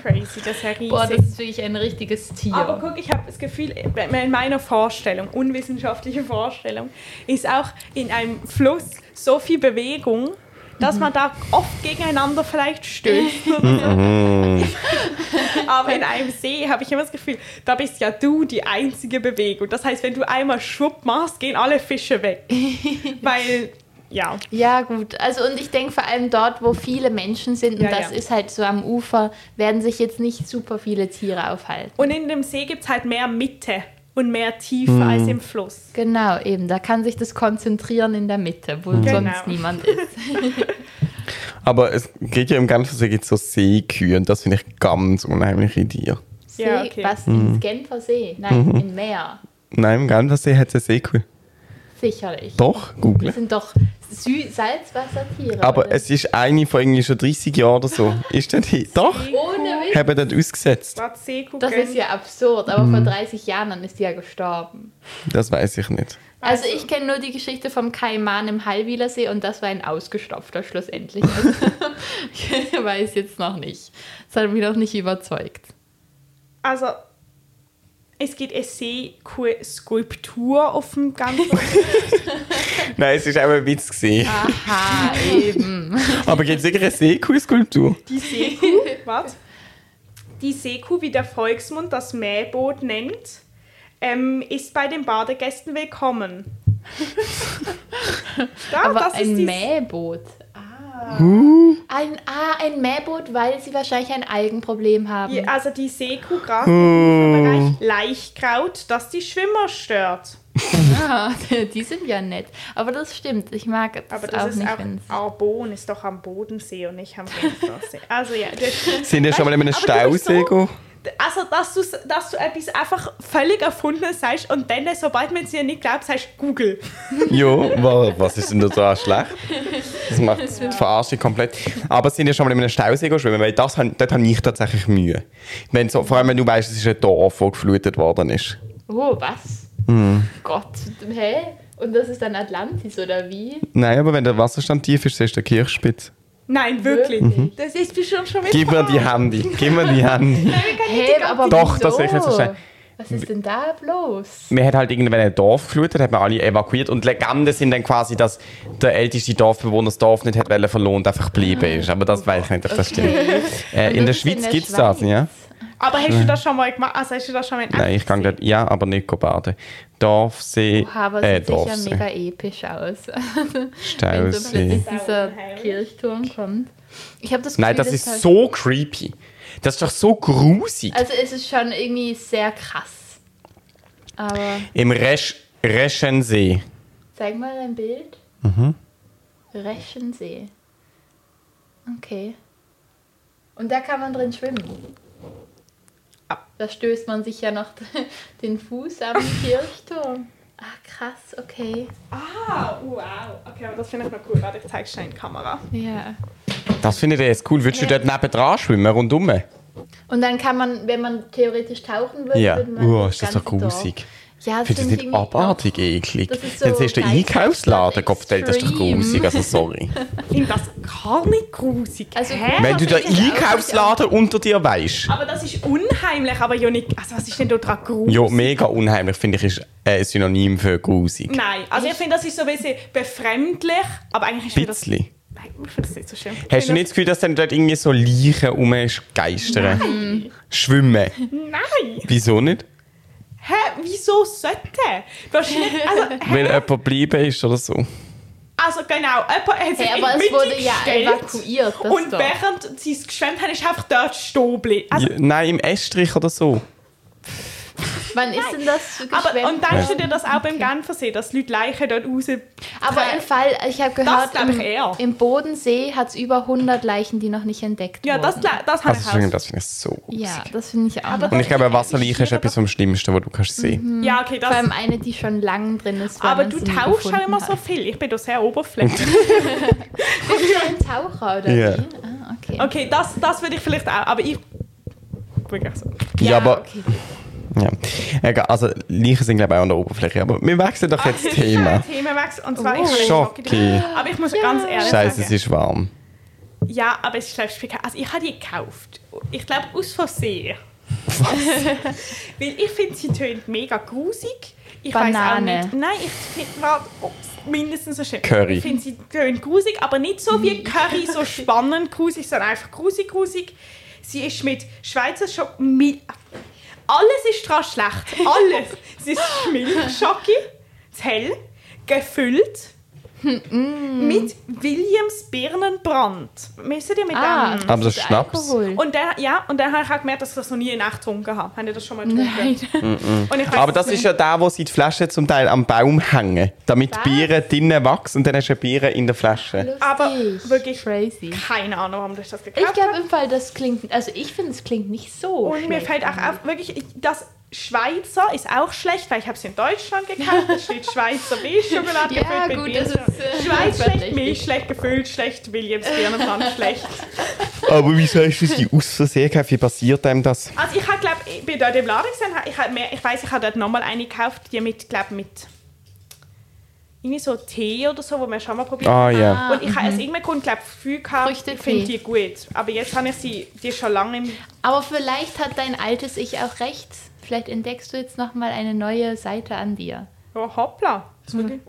[SPEAKER 3] Crazy, das ist ja riesig.
[SPEAKER 2] Boah, das ist wirklich ein richtiges Tier.
[SPEAKER 3] aber guck, ich habe das Gefühl, in meiner Vorstellung, unwissenschaftliche Vorstellung, ist auch in einem Fluss so viel Bewegung, dass man da oft gegeneinander vielleicht stößt.
[SPEAKER 2] Mhm.
[SPEAKER 3] Aber in einem See habe ich immer das Gefühl, da bist ja du die einzige Bewegung. Das heißt, wenn du einmal Schwupp machst, gehen alle Fische weg. Weil, ja.
[SPEAKER 2] Ja, gut. Also, und ich denke vor allem dort, wo viele Menschen sind, und
[SPEAKER 3] Ja,
[SPEAKER 2] das
[SPEAKER 3] ja.
[SPEAKER 2] ist halt so am Ufer, werden sich jetzt nicht super viele Tiere aufhalten.
[SPEAKER 3] Und in dem See gibt es halt mehr Mitte und mehr Tiefe als
[SPEAKER 2] Mhm.
[SPEAKER 3] im Fluss.
[SPEAKER 2] Genau, eben. Da kann sich das konzentrieren in der Mitte,
[SPEAKER 1] Mhm.
[SPEAKER 2] wo sonst
[SPEAKER 3] Genau.
[SPEAKER 2] niemand ist.
[SPEAKER 1] Aber es geht ja im Genfersee gibt's so Seekühe und das finde ich ganz unheimliche Tiere.
[SPEAKER 2] See,
[SPEAKER 3] Ja, okay.
[SPEAKER 2] Was?
[SPEAKER 1] Mhm.
[SPEAKER 2] Ins Genfer See? Nein, im Meer.
[SPEAKER 1] Nein, im Genfersee hat es eine Seekühe.
[SPEAKER 2] Sicherlich.
[SPEAKER 1] Doch,
[SPEAKER 2] Wir
[SPEAKER 1] google.
[SPEAKER 2] sind doch Sü Salzwassertiere.
[SPEAKER 1] Aber
[SPEAKER 2] oder?
[SPEAKER 1] es ist eine von irgendwie schon 30 Jahren oder so. Ist denn die? Doch,
[SPEAKER 2] Ohne Witz.
[SPEAKER 1] haben dort ausgesetzt.
[SPEAKER 3] Grad See
[SPEAKER 1] Oh,
[SPEAKER 3] gucken.
[SPEAKER 2] Oh. Das ist ja absurd, aber
[SPEAKER 1] Mhm.
[SPEAKER 2] vor 30 Jahren dann ist die ja gestorben.
[SPEAKER 1] Das weiß ich nicht.
[SPEAKER 2] Also ich kenne nur die Geschichte vom Kaiman im Hallwilersee und das war ein ausgestopfter schlussendlich. ich weiß jetzt noch nicht. Das hat mich noch nicht überzeugt.
[SPEAKER 3] Also, es gibt eine See-Skulptur auf dem ganzen
[SPEAKER 1] Nein, es ist auch ein Witz gesehen.
[SPEAKER 3] Ah.
[SPEAKER 1] Ah,
[SPEAKER 2] Aha, eben.
[SPEAKER 1] Aber gibt es wirklich eine Seekühe-Skulptur?
[SPEAKER 3] Die Seekuh, was? Die Seekuh, wie der Volksmund das Mähboot nennt, ähm, ist bei den Badegästen willkommen. da,
[SPEAKER 2] Aber
[SPEAKER 3] Ah, das ist
[SPEAKER 2] ein
[SPEAKER 3] die
[SPEAKER 2] Mähboot. Ah. Ein, ah, ein Mähboot, weil sie wahrscheinlich ein Algenproblem haben.
[SPEAKER 3] Die, also die Seekuh grast
[SPEAKER 1] Hm.
[SPEAKER 3] im Bereich Laichkraut, das die Schwimmer stört.
[SPEAKER 2] Ah, die sind ja nett. Aber das stimmt. Ich mag es
[SPEAKER 3] Aber
[SPEAKER 2] auch
[SPEAKER 3] das ist
[SPEAKER 2] nicht,
[SPEAKER 3] auch,
[SPEAKER 2] wenn's-
[SPEAKER 3] Arbon ist doch am Bodensee und nicht am Genfersee. Also ja, das,
[SPEAKER 1] Sind ja schon mal in einem
[SPEAKER 3] Äh, Aber du bist
[SPEAKER 1] Stausee
[SPEAKER 3] so-
[SPEAKER 1] gegangen?
[SPEAKER 3] also dass du, dass du etwas einfach völlig erfundenes sagst und dann, sobald man es dir nicht glaubt, sagst Google.
[SPEAKER 1] Ja, wa- was ist denn da so schlecht? Das macht die Verarsche komplett. Aber sind ja schon mal in einem Stausee schwimmen, weil das, han- dort habe ich tatsächlich Mühe. Wenn so, vor allem, wenn du weißt, es ist ein Dorf, das geflutet worden ist.
[SPEAKER 2] Oh, was?
[SPEAKER 1] Hm.
[SPEAKER 2] Gott, hä? Und das ist dann Atlantis oder wie?
[SPEAKER 1] Nein, aber wenn der Wasserstand tief ist, siehst du den Kirchspitz.
[SPEAKER 3] Nein, wirklich.
[SPEAKER 1] Mhm.
[SPEAKER 3] Das ist bestimmt schon wieder.
[SPEAKER 1] Gib mir die Handy, gib mir die Handy.
[SPEAKER 3] Nein, wir können
[SPEAKER 2] Hä,
[SPEAKER 3] nicht die ganze-
[SPEAKER 2] aber
[SPEAKER 1] Doch,
[SPEAKER 2] wieso?
[SPEAKER 1] tatsächlich so schnell.
[SPEAKER 2] Was ist denn da bloß?
[SPEAKER 1] Man hat halt irgendwann ein Dorf geflutet, hat man alle evakuiert und Legenden sind dann quasi, dass der älteste Dorfbewohner das Dorf nicht hat wollen verloren und einfach
[SPEAKER 2] Ah.
[SPEAKER 1] geblieben ist. Aber das weiß ich nicht, ob das stimmt. Äh, in der
[SPEAKER 2] das ist in
[SPEAKER 1] Schweiz
[SPEAKER 2] der
[SPEAKER 1] gibt es das,
[SPEAKER 2] Schweiz.
[SPEAKER 1] ja?
[SPEAKER 3] Aber hast du das schon mal gemacht? Also hast du das schon mal in
[SPEAKER 1] Nein, ich
[SPEAKER 3] Action
[SPEAKER 1] kann dort, ja, aber nicht baden. Dorfsee,
[SPEAKER 2] Oha, aber
[SPEAKER 1] äh,
[SPEAKER 2] es sieht sicher
[SPEAKER 1] Dorfsee,
[SPEAKER 2] mega episch aus. Wenn so
[SPEAKER 1] Stausee.
[SPEAKER 2] plötzlich dieser Kirchturm kommt. Ich habe das Gefühl,
[SPEAKER 1] Nein, das
[SPEAKER 2] dass
[SPEAKER 1] ist
[SPEAKER 2] halt-
[SPEAKER 1] so creepy. Das ist doch so grusig.
[SPEAKER 2] Also es ist schon irgendwie sehr krass. Aber
[SPEAKER 1] Im Resch, Reschensee.
[SPEAKER 2] zeig mal ein Bild.
[SPEAKER 1] Mhm.
[SPEAKER 2] Reschensee. Okay. Und da kann man drin schwimmen.
[SPEAKER 3] Ah.
[SPEAKER 2] Da stößt man sich ja noch den Fuß am Kirchturm. Ach krass, okay.
[SPEAKER 3] Ah, wow. Okay, aber das finde ich noch cool. Warte, ich zeig's dir in die Kamera.
[SPEAKER 2] Ja.
[SPEAKER 1] Das findet ihr jetzt cool. Würdest du dort nebendran schwimmen, rundum?
[SPEAKER 2] Und dann kann man, wenn man theoretisch tauchen würde,
[SPEAKER 1] Ja.
[SPEAKER 2] würde man
[SPEAKER 1] Oh, ist das
[SPEAKER 2] ganze
[SPEAKER 1] doch grusig.
[SPEAKER 2] Dorf- Ja,
[SPEAKER 1] Findest du
[SPEAKER 2] sind
[SPEAKER 1] das nicht
[SPEAKER 2] irgendwie
[SPEAKER 1] abartig eklig?
[SPEAKER 2] Das ist so
[SPEAKER 1] Dann siehst du den
[SPEAKER 2] gleich-
[SPEAKER 1] Einkaufsladen, Kopfteil, das ist doch
[SPEAKER 2] extrem.
[SPEAKER 1] grusig, also sorry.
[SPEAKER 3] Ich finde das gar nicht grusig.
[SPEAKER 2] Also-
[SPEAKER 3] Hä?
[SPEAKER 1] Wenn du den
[SPEAKER 2] das ist auch-
[SPEAKER 1] Einkaufsladen unter dir weißt.
[SPEAKER 3] Aber das ist unheimlich, aber ja nicht. Also, was ist denn da dran grusig?
[SPEAKER 1] Ja, mega unheimlich, finde ich, ist äh, ein Synonym für grusig.
[SPEAKER 3] Nein, also ich finde, das ist so ein bisschen befremdlich, aber eigentlich ist mir das.
[SPEAKER 1] Bisschen.
[SPEAKER 3] Nein, ich finde das nicht so schlimm.
[SPEAKER 1] Hast du nicht das Gefühl, dass dann dort irgendwie so Leichen rumgeistern? Schwimmen.
[SPEAKER 3] Nein!
[SPEAKER 1] Wieso nicht?
[SPEAKER 3] Hä? Wieso sollte? Wahrscheinlich. Also, hä?
[SPEAKER 1] Weil jemand geblieben ist oder so.
[SPEAKER 3] also genau, jemand hat sich
[SPEAKER 2] Hey,
[SPEAKER 3] in
[SPEAKER 2] aber
[SPEAKER 3] die
[SPEAKER 2] es
[SPEAKER 3] Mitte
[SPEAKER 2] wurde ja
[SPEAKER 3] gestellt
[SPEAKER 2] evakuiert, das
[SPEAKER 3] Und
[SPEAKER 2] doch.
[SPEAKER 3] während sie es geschwemmt haben, ist einfach dort stehen geblieben. Also,
[SPEAKER 1] Ja, Nein, im Estrich oder so.
[SPEAKER 2] Wann ist denn das geschwemmt?
[SPEAKER 3] aber, und denkst du
[SPEAKER 2] worden?
[SPEAKER 3] dir das auch beim Genfersee, dass Leute Leichen dort raus...
[SPEAKER 2] Aber im Fall, ich habe gehört,
[SPEAKER 3] glaub ich
[SPEAKER 2] im,
[SPEAKER 3] eher.
[SPEAKER 2] im Bodensee hat es über 100 Leichen, die noch nicht entdeckt
[SPEAKER 3] Ja,
[SPEAKER 2] wurden.
[SPEAKER 3] das, Ah, das habe
[SPEAKER 1] Also,
[SPEAKER 3] ich
[SPEAKER 1] Entschuldigung,
[SPEAKER 3] auch.
[SPEAKER 1] das finde ich so grusig.
[SPEAKER 2] ja, das finde ich auch.
[SPEAKER 1] Und ich glaube, eine Wasserleiche ist etwas vom Schlimmsten, was du kannst sehen
[SPEAKER 3] Ja, okay,
[SPEAKER 2] vor
[SPEAKER 3] das...
[SPEAKER 2] allem eine, die schon lang drin ist. weil
[SPEAKER 3] Aber
[SPEAKER 2] man
[SPEAKER 3] du
[SPEAKER 2] sie nie
[SPEAKER 3] tauchst auch
[SPEAKER 2] gefunden
[SPEAKER 3] immer
[SPEAKER 2] hat.
[SPEAKER 3] so viel. Ich bin da sehr oberflächlich.
[SPEAKER 2] Bist du ein Taucher oder
[SPEAKER 1] Ja.
[SPEAKER 2] wie? Ah, okay.
[SPEAKER 3] Okay, das, das würde ich vielleicht auch, aber ich... Wirklich so.
[SPEAKER 1] Ja, aber-
[SPEAKER 2] okay.
[SPEAKER 1] Ja. Egal, also Leichen sind, glaube ich, auch an der Oberfläche. Aber wir wechseln doch jetzt das Thema.
[SPEAKER 3] Themenwechsel. Und zwar,
[SPEAKER 2] Oh.
[SPEAKER 3] ich
[SPEAKER 1] Schocki.
[SPEAKER 3] Aber ich muss ganz ehrlich
[SPEAKER 1] Scheiße, es
[SPEAKER 3] sagen.
[SPEAKER 1] ist warm.
[SPEAKER 3] Ja, aber es ist glaube ich Also ich habe die gekauft. Ich glaube aus Versehen. Was? Weil ich finde, sie tönt mega grusig. Ich weiß auch
[SPEAKER 2] Banane.
[SPEAKER 3] nicht. Nein, ich finde, warte, oh, mindestens so schön.
[SPEAKER 1] Curry.
[SPEAKER 3] Ich finde, sie tönt grusig, aber nicht so wie Curry, so spannend grusig, sondern einfach grusig, grusig. Sie ist mit Schweizer Schock... Mil Alles ist daran schlecht. Alles. Sie ist Milchschocke, zu hell, gefüllt. Mit Williams Birnenbrand. Müsst ihr mit
[SPEAKER 2] Ah,
[SPEAKER 3] dem?
[SPEAKER 1] Aber das ist
[SPEAKER 2] ist
[SPEAKER 1] Schnaps.
[SPEAKER 2] Alkohol.
[SPEAKER 3] Und dann, ja, und dann habe ich auch gemerkt, dass ich das noch nie in Nacht getrunken habe. Habt ihr das schon mal getrunken?
[SPEAKER 2] Nein.
[SPEAKER 3] Und ich weiss
[SPEAKER 1] Aber das
[SPEAKER 3] nicht.
[SPEAKER 1] ist ja der, wo sie die Flaschen zum Teil am Baum hängen, damit
[SPEAKER 2] Was?
[SPEAKER 1] die Biere drinnen wachsen und dann hast du eine Biere in der Flasche.
[SPEAKER 2] Lustig.
[SPEAKER 3] Aber wirklich-
[SPEAKER 2] crazy.
[SPEAKER 3] Keine Ahnung, warum ich das gekauft
[SPEAKER 2] Ich
[SPEAKER 3] habe.
[SPEAKER 2] glaube im Fall, das klingt, also ich finde, es klingt nicht so
[SPEAKER 3] Und mir
[SPEAKER 2] schlecht.
[SPEAKER 3] fällt auch auf, wirklich, ich- das Schweizer ist auch schlecht, weil ich habe es in Deutschland gekauft. Da steht Schweizer Milchschokolade
[SPEAKER 2] Ja,
[SPEAKER 3] gefüllt mit
[SPEAKER 2] gut,
[SPEAKER 3] Bier.
[SPEAKER 2] das ist, äh,
[SPEAKER 3] Schweiz schlecht,
[SPEAKER 2] verdächtig.
[SPEAKER 3] Milch schlecht, gefüllt schlecht, Williams Birnenbrand schlecht.
[SPEAKER 1] Aber wieso hast du sie aus Versehen gekauft? Wie passiert einem das?
[SPEAKER 3] Also ich habe, glaube ich, bin dort im Laden gesehen, ich, hab mehr, ich weiß, ich habe dort nochmal eine gekauft, die mit, glaube mit irgendwie so Tee oder so, wo wir schon mal probiert
[SPEAKER 1] Ah,
[SPEAKER 3] haben.
[SPEAKER 1] ja.
[SPEAKER 3] Und ich habe aus irgendeinem Grund, glaube ich, Gefühl gehabt,
[SPEAKER 2] Früchtetee.
[SPEAKER 3] ich finde die gut. Aber jetzt habe ich sie, die ist schon lange im...
[SPEAKER 2] Aber vielleicht hat dein altes Ich auch recht. Vielleicht entdeckst du jetzt nochmal eine neue Seite an dir.
[SPEAKER 3] Oh, hoppla. Das ist wirklich-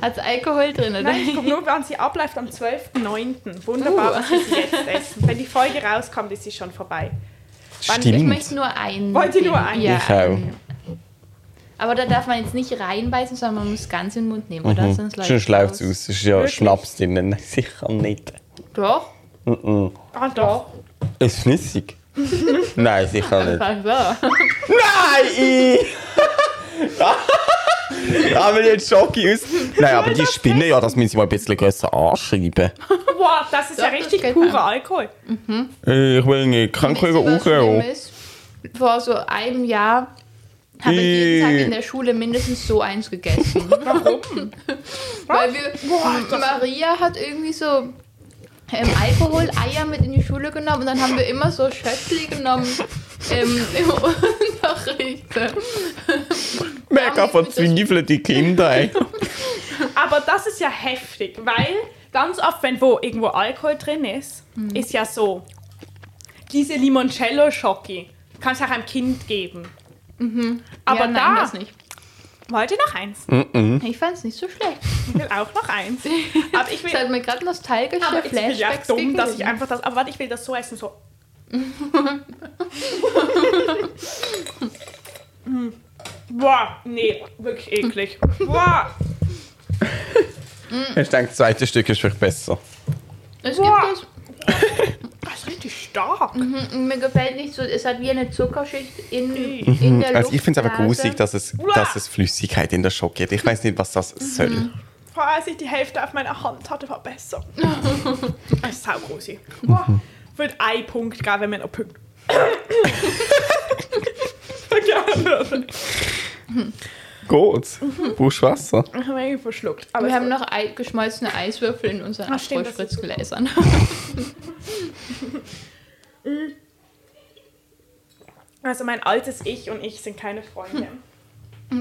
[SPEAKER 2] Hat Alkohol drin, oder?
[SPEAKER 3] Nein, ich gucke nur, wann sie abläuft, am 12.09. Wunderbar, was wir sie jetzt essen. Wenn die Folge rauskommt, ist sie schon vorbei.
[SPEAKER 2] Ich
[SPEAKER 1] Stimmt.
[SPEAKER 2] möchte nur einen.
[SPEAKER 3] Wollt ihr nur
[SPEAKER 2] Ding-
[SPEAKER 3] einen?
[SPEAKER 2] Ja, ähm,
[SPEAKER 1] Ich auch.
[SPEAKER 2] einen. Aber da darf man jetzt nicht reinbeißen, sondern man muss ganz in den Mund nehmen, oder? Sonst läuft's
[SPEAKER 1] Hm. Sonst läuft es Mhm. aus. Es ist ja
[SPEAKER 3] Wirklich?
[SPEAKER 1] Schnaps drinnen. Nein, sicher nicht.
[SPEAKER 2] Doch.
[SPEAKER 3] Ah, doch.
[SPEAKER 1] Ist flüssig? Nein, sicher nicht.
[SPEAKER 2] Ach so.
[SPEAKER 1] Nein! Aber jetzt Schocke aus. Nein, aber die Spinne, ja, das müssen sie mal ein bisschen grösser anschreiben.
[SPEAKER 3] Wow, das ist ja
[SPEAKER 2] Doch, das
[SPEAKER 3] richtig
[SPEAKER 2] geht
[SPEAKER 3] purer
[SPEAKER 2] auch.
[SPEAKER 3] Alkohol.
[SPEAKER 1] Äh, Ich will nicht Krankheiten
[SPEAKER 2] Wisst ihr, was schlimm
[SPEAKER 1] auch.
[SPEAKER 2] ist? Vor so einem Jahr habe ich jeden Tag
[SPEAKER 1] Ih.
[SPEAKER 2] in der Schule mindestens so eins gegessen. Warum? Weil wir, Maria hat irgendwie so ähm, Alkohol, Eier mit in die Schule genommen und dann haben wir immer so Schöttli genommen ähm, im Unterricht.
[SPEAKER 1] Mega verzweifelte Kinder. ey.
[SPEAKER 3] Aber das ist ja heftig, weil ganz oft, wenn wo irgendwo Alkohol drin ist,
[SPEAKER 2] Mhm.
[SPEAKER 3] ist ja so, diese Limoncello-Schocki kannst du auch einem Kind geben. Aber
[SPEAKER 2] Mhm. ja,
[SPEAKER 3] da
[SPEAKER 2] nein, das nicht.
[SPEAKER 3] wollt ihr noch eins.
[SPEAKER 1] Hm?
[SPEAKER 2] Ich fand es nicht so schlecht.
[SPEAKER 3] Ich will auch noch eins. Aber ich
[SPEAKER 2] Es hat
[SPEAKER 3] will,
[SPEAKER 2] mir gerade nostalgische
[SPEAKER 3] aber ich bin ja
[SPEAKER 2] Flashbacks
[SPEAKER 3] dumm, dass ich
[SPEAKER 2] gegeben.
[SPEAKER 3] einfach das. Aber warte, ich will das so essen. So. Mm. Boah, nee, wirklich eklig. Boah,
[SPEAKER 1] Ich denke, das zweite Stück ist vielleicht besser.
[SPEAKER 2] Es
[SPEAKER 3] Boah.
[SPEAKER 2] gibt es.
[SPEAKER 3] das ist richtig stark.
[SPEAKER 2] Mhm, Mir gefällt nicht so, es hat wie eine Zuckerschicht in,
[SPEAKER 3] Mhm.
[SPEAKER 2] in der
[SPEAKER 1] Also ich finde es einfach
[SPEAKER 2] Luftblase.
[SPEAKER 1] grusig, dass es,
[SPEAKER 3] Uah.
[SPEAKER 1] dass es Flüssigkeit in der Schock gibt. Ich weiß nicht, was das soll.
[SPEAKER 2] Mhm.
[SPEAKER 3] Vor allem, als ich die Hälfte auf meiner Hand hatte, war besser. das ist saugroßig. Boah, ich würde einen Punkt geben, wenn man noch Punkt. Gerne würde.
[SPEAKER 1] Gut. Brauchst du Wasser?
[SPEAKER 3] Ich habe irgendwie verschluckt. Aber
[SPEAKER 2] Wir
[SPEAKER 3] es
[SPEAKER 2] haben
[SPEAKER 3] wird-
[SPEAKER 2] noch Ei geschmolzene Eiswürfel in unseren
[SPEAKER 3] Ah, stimmt, das ist-
[SPEAKER 2] Abrollspritzgläsern.
[SPEAKER 3] also mein altes Ich und ich sind keine Freunde.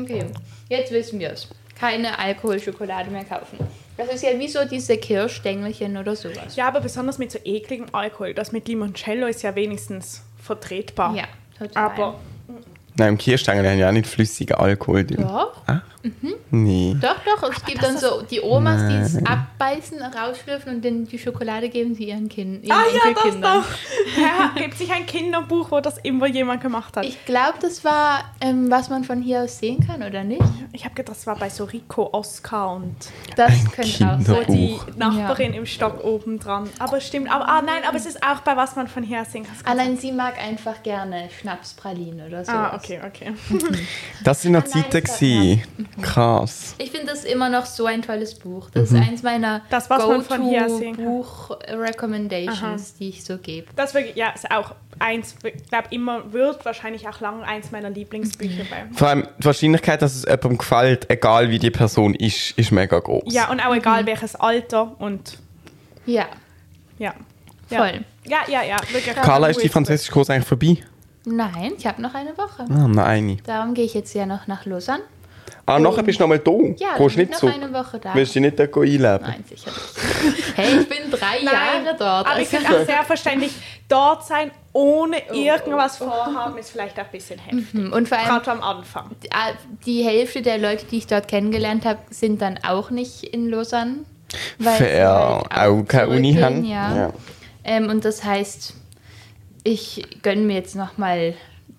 [SPEAKER 2] Okay, jetzt wissen wir es. Keine Alkoholschokolade mehr kaufen. Das ist ja wie so diese Kirschstängelchen oder sowas.
[SPEAKER 3] Ja, aber besonders mit so ekligem Alkohol. Das mit Limoncello ist ja wenigstens vertretbar.
[SPEAKER 2] Ja, total.
[SPEAKER 3] Aber
[SPEAKER 1] Nein, im Kirschstängel haben ja auch nicht flüssigen Alkohol drin. Ah?
[SPEAKER 2] doch, Mhm.
[SPEAKER 1] Nee.
[SPEAKER 2] doch, doch. Es gibt dann so die Omas, die es abbeißen, rausschlürfen und dann die Schokolade geben sie ihren Kindern.
[SPEAKER 3] ah ja, das doch. Ja, gibt sich ein Kinderbuch, wo das immer jemand gemacht hat. Ich,
[SPEAKER 2] Ich glaube, das war, ähm, was man von hier aus sehen kann, oder nicht?
[SPEAKER 3] ich habe gedacht, das war bei so Rico, Oscar und
[SPEAKER 2] Das
[SPEAKER 1] Ein
[SPEAKER 2] könnte auch
[SPEAKER 1] Kinderbuch.
[SPEAKER 2] sein.
[SPEAKER 3] die
[SPEAKER 1] Buch.
[SPEAKER 3] Nachbarin im Stock oben dran. Aber stimmt, aber ah, nein, aber es ist auch bei was man von hier sehen
[SPEAKER 1] Also,
[SPEAKER 3] kann.
[SPEAKER 2] Allein sie mag einfach gerne Schnapspralinen oder so.
[SPEAKER 3] Ah, okay, okay.
[SPEAKER 1] Das sind noch
[SPEAKER 2] Allein
[SPEAKER 1] Zeiten.
[SPEAKER 2] statt
[SPEAKER 1] gewesen. Krass.
[SPEAKER 2] Ich finde das immer noch so ein tolles Buch. Das ist eins meiner
[SPEAKER 3] Das, was man von hier sehen kann.
[SPEAKER 2] Buch-Recommendations, die ich so gebe.
[SPEAKER 3] Das wirklich, ja, ist auch eins, ich glaube immer wird wahrscheinlich auch lang eins meiner Lieblingsbücher bleiben.
[SPEAKER 1] Vor allem die Wahrscheinlichkeit, dass es jemandem gefällt, egal wie die Person ist, ist mega groß.
[SPEAKER 3] Ja, und auch
[SPEAKER 1] Mhm.
[SPEAKER 3] egal welches Alter und
[SPEAKER 2] Ja,
[SPEAKER 3] ja. ja.
[SPEAKER 2] voll.
[SPEAKER 3] Ja, ja, ja, wirklich.
[SPEAKER 1] Carla, ist die französische Kurse eigentlich vorbei?
[SPEAKER 2] Nein, ich habe noch eine Woche.
[SPEAKER 1] Ah, nein.
[SPEAKER 2] Darum gehe ich jetzt ja noch nach Lausanne.
[SPEAKER 1] Ah, nachher bist du nochmal da.
[SPEAKER 2] Oh.
[SPEAKER 1] Gehst
[SPEAKER 2] Ja, dann bin ich
[SPEAKER 1] nicht
[SPEAKER 2] noch
[SPEAKER 1] zurück.
[SPEAKER 2] eine Woche da.
[SPEAKER 1] Willst du dich nicht da einleben?
[SPEAKER 2] Nein, sicher nicht. Hey, ich bin drei Jahre dort.
[SPEAKER 3] Aber ich
[SPEAKER 2] Also,
[SPEAKER 3] finde auch sehr verständlich, dort sein ohne
[SPEAKER 1] Oh,
[SPEAKER 3] irgendwas vorhaben, ist vielleicht auch ein bisschen heftig.
[SPEAKER 2] hm, und vor allem
[SPEAKER 3] Gerade
[SPEAKER 1] Ähm,
[SPEAKER 3] am Anfang.
[SPEAKER 2] die- ah, die Hälfte der Leute, die ich dort kennengelernt habe, sind dann auch nicht in Lausanne. Weil sie halt
[SPEAKER 1] Fair. auch keine Uni
[SPEAKER 2] zurückgehen,
[SPEAKER 1] haben.
[SPEAKER 2] Ja. Ähm, und das heißt, ich gönne mir jetzt nochmal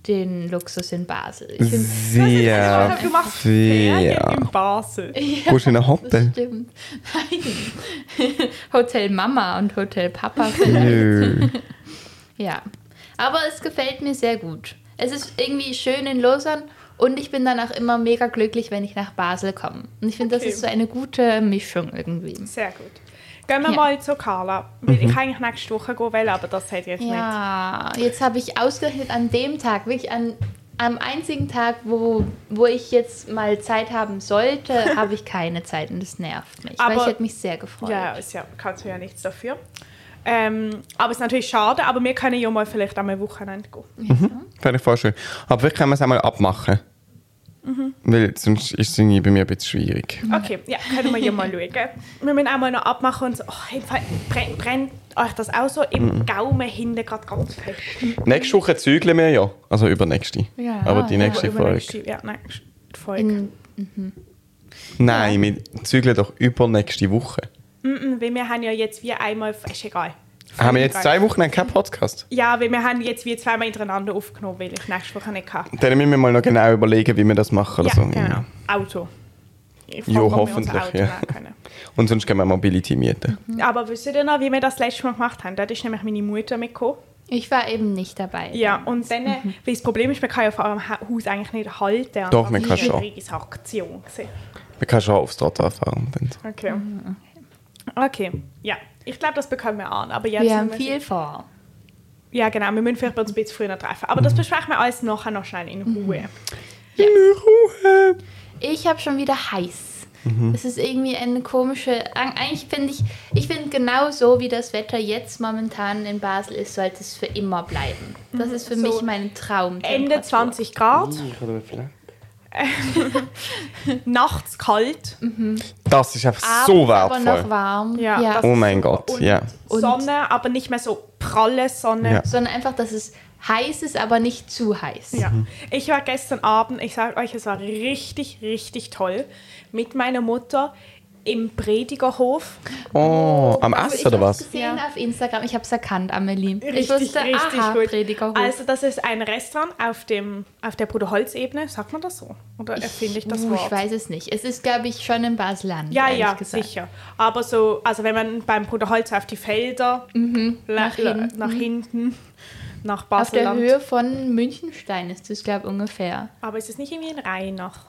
[SPEAKER 2] den Luxus in Basel. Ich find,
[SPEAKER 1] Sehr.
[SPEAKER 3] du machst Ferien
[SPEAKER 1] Sehr.
[SPEAKER 3] in Basel.
[SPEAKER 1] Gehst du in ein
[SPEAKER 2] Das
[SPEAKER 1] Hotel?
[SPEAKER 2] stimmt. Nein. Hotel Mama und Hotel Papa vielleicht.
[SPEAKER 1] Nö.
[SPEAKER 2] ja. Aber es gefällt mir sehr gut. Es ist irgendwie schön in Lausanne und ich bin danach immer mega glücklich, wenn ich nach Basel komme. Und ich finde,
[SPEAKER 3] Okay.
[SPEAKER 2] das ist so eine gute Mischung irgendwie.
[SPEAKER 3] Sehr gut. Gehen wir
[SPEAKER 2] Ja.
[SPEAKER 3] mal zu Carla. Weil
[SPEAKER 1] Mhm.
[SPEAKER 3] Ich kann eigentlich nächste Woche gehen, wollen, aber das hat jetzt nicht.
[SPEAKER 2] Ja, jetzt habe ich ausgerechnet an dem Tag, wirklich an, am einzigen Tag, wo, wo ich jetzt mal Zeit haben sollte, habe ich keine Zeit und das nervt mich. weil
[SPEAKER 3] Aber-
[SPEAKER 2] ich hätte mich sehr gefreut.
[SPEAKER 3] Ja, ist ja, kannst du ja nichts dafür. Ähm, aber es ist natürlich schade, aber wir können ja mal vielleicht am Wochenende gehen.
[SPEAKER 1] Fände ich voll schön. Aber vielleicht können wir es einmal abmachen.
[SPEAKER 3] Mhm.
[SPEAKER 1] Weil sonst ist es irgendwie bei mir ein bisschen schwierig.
[SPEAKER 2] Mhm.
[SPEAKER 3] Okay, ja, können wir ja mal schauen. Wir müssen auch mal noch abmachen und so, oh, im Fall, brennt, brennt euch das auch so
[SPEAKER 1] Mhm.
[SPEAKER 3] im Gaumen hinten gerade ganz fest.
[SPEAKER 1] Nächste Woche zügeln wir ja. Also übernächste.
[SPEAKER 2] Ja,
[SPEAKER 1] Aber die
[SPEAKER 2] ja.
[SPEAKER 1] nächste
[SPEAKER 3] Übernächste-
[SPEAKER 1] Folge.
[SPEAKER 3] Ja, nächste Folge.
[SPEAKER 2] In,
[SPEAKER 1] Nein, wir zügeln doch übernächste Woche.
[SPEAKER 3] Mhm, weil wir haben ja jetzt wie einmal, ist egal.
[SPEAKER 1] Haben wir jetzt zwei Wochen lang keinen Podcast?
[SPEAKER 3] Ja, weil wir haben jetzt wie zweimal hintereinander aufgenommen, weil ich nächste Woche nicht kann.
[SPEAKER 1] Dann müssen wir mal noch genau überlegen, wie wir das machen.
[SPEAKER 3] Ja,
[SPEAKER 1] oder so.
[SPEAKER 3] genau.
[SPEAKER 1] Ja.
[SPEAKER 3] Auto. Ich
[SPEAKER 1] Jo,
[SPEAKER 3] frage, ob wir unser
[SPEAKER 1] hoffentlich,
[SPEAKER 3] Auto
[SPEAKER 1] ja.
[SPEAKER 3] nehmen können. Mhm.
[SPEAKER 1] Und sonst können wir Mobility mieten.
[SPEAKER 3] Aber wisst ihr noch, wie wir das letzte Mal gemacht haben? Dort ist nämlich meine Mutter mitgekommen.
[SPEAKER 2] ich war eben nicht dabei.
[SPEAKER 3] Ja, und
[SPEAKER 2] Mhm.
[SPEAKER 3] dann, äh, weil das Problem ist, man kann ja vor allem Haus eigentlich nicht halten. Also
[SPEAKER 1] Doch, man kann
[SPEAKER 3] Das war
[SPEAKER 1] schon.
[SPEAKER 3] eine schwierige Aktion. gewesen.
[SPEAKER 1] Man kann schon aufs Trotto fahren. und dann so.
[SPEAKER 3] Okay.
[SPEAKER 2] Mhm,
[SPEAKER 3] Okay, ja. Ich glaube, das bekommen wir an. Aber jetzt
[SPEAKER 2] Wir haben
[SPEAKER 3] müssen wir-
[SPEAKER 2] viel vor.
[SPEAKER 3] Ja, genau. Wir müssen vielleicht uns ein bisschen früher treffen. Aber
[SPEAKER 1] Mhm.
[SPEAKER 3] das besprechen wir alles nachher noch schnell in
[SPEAKER 2] Mhm.
[SPEAKER 3] Ruhe.
[SPEAKER 2] Ich habe schon wieder heiß. Es ist irgendwie eine komische. Eig- Eigentlich finde ich, ich finde genau so, wie das Wetter jetzt momentan in Basel ist, sollte es für immer bleiben. Das ist für
[SPEAKER 3] Mhm. so
[SPEAKER 2] mich mein Traum.
[SPEAKER 3] Ende 20 Grad, nachts kalt.
[SPEAKER 2] Mhm.
[SPEAKER 1] Das ist einfach
[SPEAKER 2] Abends
[SPEAKER 1] so
[SPEAKER 2] aber noch
[SPEAKER 1] wertvoll.
[SPEAKER 2] warm.
[SPEAKER 3] Ja,
[SPEAKER 2] Ja.
[SPEAKER 3] das-
[SPEAKER 1] Oh mein Gott,
[SPEAKER 3] Und
[SPEAKER 1] ja.
[SPEAKER 2] Und-
[SPEAKER 3] Sonne, aber nicht mehr so pralle Sonne.
[SPEAKER 1] Ja.
[SPEAKER 2] Sondern einfach, dass es Heiß ist aber nicht zu heiß.
[SPEAKER 3] Ja. Ich war gestern Abend, ich sage euch, es war richtig, richtig toll, mit meiner Mutter im Predigerhof.
[SPEAKER 1] Oh, am
[SPEAKER 2] Also
[SPEAKER 1] Ass oder
[SPEAKER 2] Ich habe
[SPEAKER 1] was?
[SPEAKER 2] gesehen auf Instagram, ich habe es erkannt, Amelie. ich
[SPEAKER 3] Richtig,
[SPEAKER 2] wusste,
[SPEAKER 3] richtig
[SPEAKER 2] aha,
[SPEAKER 3] gut.
[SPEAKER 2] Predigerhof.
[SPEAKER 3] Also das ist ein Restaurant auf, dem, auf der Bruderholz-Ebene, sagt man das so? Oder erfinde ich das
[SPEAKER 2] uh,
[SPEAKER 3] Wort?
[SPEAKER 2] Ich weiß es nicht. Es ist, glaube ich, schon in Basel-Land.
[SPEAKER 3] Ja,
[SPEAKER 2] ehrlich
[SPEAKER 3] ja,
[SPEAKER 2] gesagt.
[SPEAKER 3] sicher. Aber so, also wenn man beim Bruderholz auf die Felder nach,
[SPEAKER 2] Mhm, nach hinten.
[SPEAKER 3] nach hinten, nach
[SPEAKER 2] Auf der
[SPEAKER 3] Baselland.
[SPEAKER 2] Höhe von Münchenstein ist das, glaube ich, ungefähr.
[SPEAKER 3] Aber ist es nicht irgendwie in Rheinach?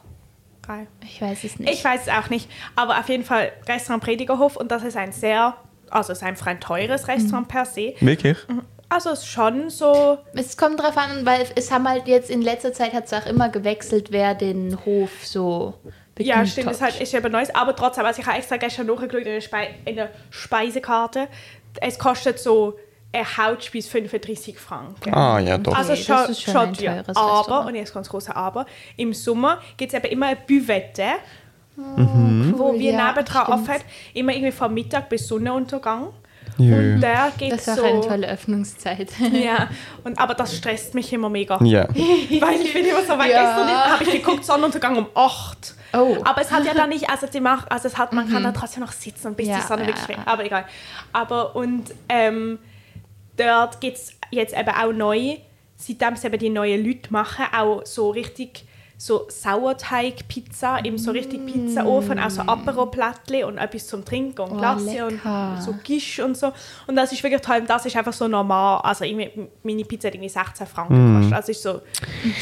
[SPEAKER 3] Rhein.
[SPEAKER 2] Ich weiß es nicht.
[SPEAKER 3] Ich weiß es auch nicht. Aber auf jeden Fall Restaurant Predigerhof und das ist ein sehr, also es ist einfach ein teures
[SPEAKER 2] Mhm.
[SPEAKER 3] Restaurant per se.
[SPEAKER 1] Wirklich?
[SPEAKER 3] Also es ist schon so,
[SPEAKER 2] es kommt drauf an, weil es haben halt jetzt in letzter Zeit hat es auch immer gewechselt, wer den Hof so bedient
[SPEAKER 3] ja stimmt,
[SPEAKER 2] hat.
[SPEAKER 3] es ist halt ist eben Neues. Aber trotzdem, also ich habe extra gestern nachgeschaut in der, Spei in der Speisekarte. Es kostet so ein Hautspieß 35 Franken.
[SPEAKER 1] Ah, ja, doch.
[SPEAKER 3] Also
[SPEAKER 2] Nee, das
[SPEAKER 3] schon,
[SPEAKER 2] ist schon
[SPEAKER 3] schon
[SPEAKER 2] ein
[SPEAKER 3] teuer.
[SPEAKER 2] teures
[SPEAKER 3] Aber,
[SPEAKER 2] Restaurant.
[SPEAKER 3] und jetzt ganz große Aber, im Sommer gibt es eben immer eine Büvette, wo
[SPEAKER 2] Cool,
[SPEAKER 3] wir
[SPEAKER 2] Hm? ja,
[SPEAKER 3] nebendran
[SPEAKER 2] stimmt.
[SPEAKER 3] offen immer irgendwie vom Mittag bis Sonnenuntergang.
[SPEAKER 1] Jö.
[SPEAKER 3] Und der geht
[SPEAKER 2] Hm. Das ist
[SPEAKER 3] so.
[SPEAKER 2] auch eine tolle Öffnungszeit.
[SPEAKER 3] Ja, und, aber das stresst mich immer mega.
[SPEAKER 1] Ja.
[SPEAKER 3] Weil ich bin immer so, weil
[SPEAKER 2] Ja.
[SPEAKER 3] gestern habe ich geguckt, Sonnenuntergang um 8.
[SPEAKER 2] Oh. Mhm.
[SPEAKER 3] Aber es hat ja dann nicht, also, die macht, also es hat, man kann da trotzdem noch sitzen und bis
[SPEAKER 2] Ja,
[SPEAKER 3] die Sonne
[SPEAKER 2] ja,
[SPEAKER 3] wirklich weg.
[SPEAKER 2] ja.
[SPEAKER 3] Aber egal. Aber und ähm, dort gibt es jetzt eben auch neu, seitdem es eben die neuen Leute machen, auch so richtig so Sauerteig-Pizza im so
[SPEAKER 2] Mm.
[SPEAKER 3] richtig Pizzaofen, auch so Aperoplättchen und etwas zum Trinken und
[SPEAKER 2] Oh,
[SPEAKER 3] Glasse und
[SPEAKER 2] lecker.
[SPEAKER 3] so Gisch und so. Und das ist wirklich toll. Und das ist einfach so normal. Also ich, meine Pizza hat irgendwie 16 Franken gekostet. Also ist so,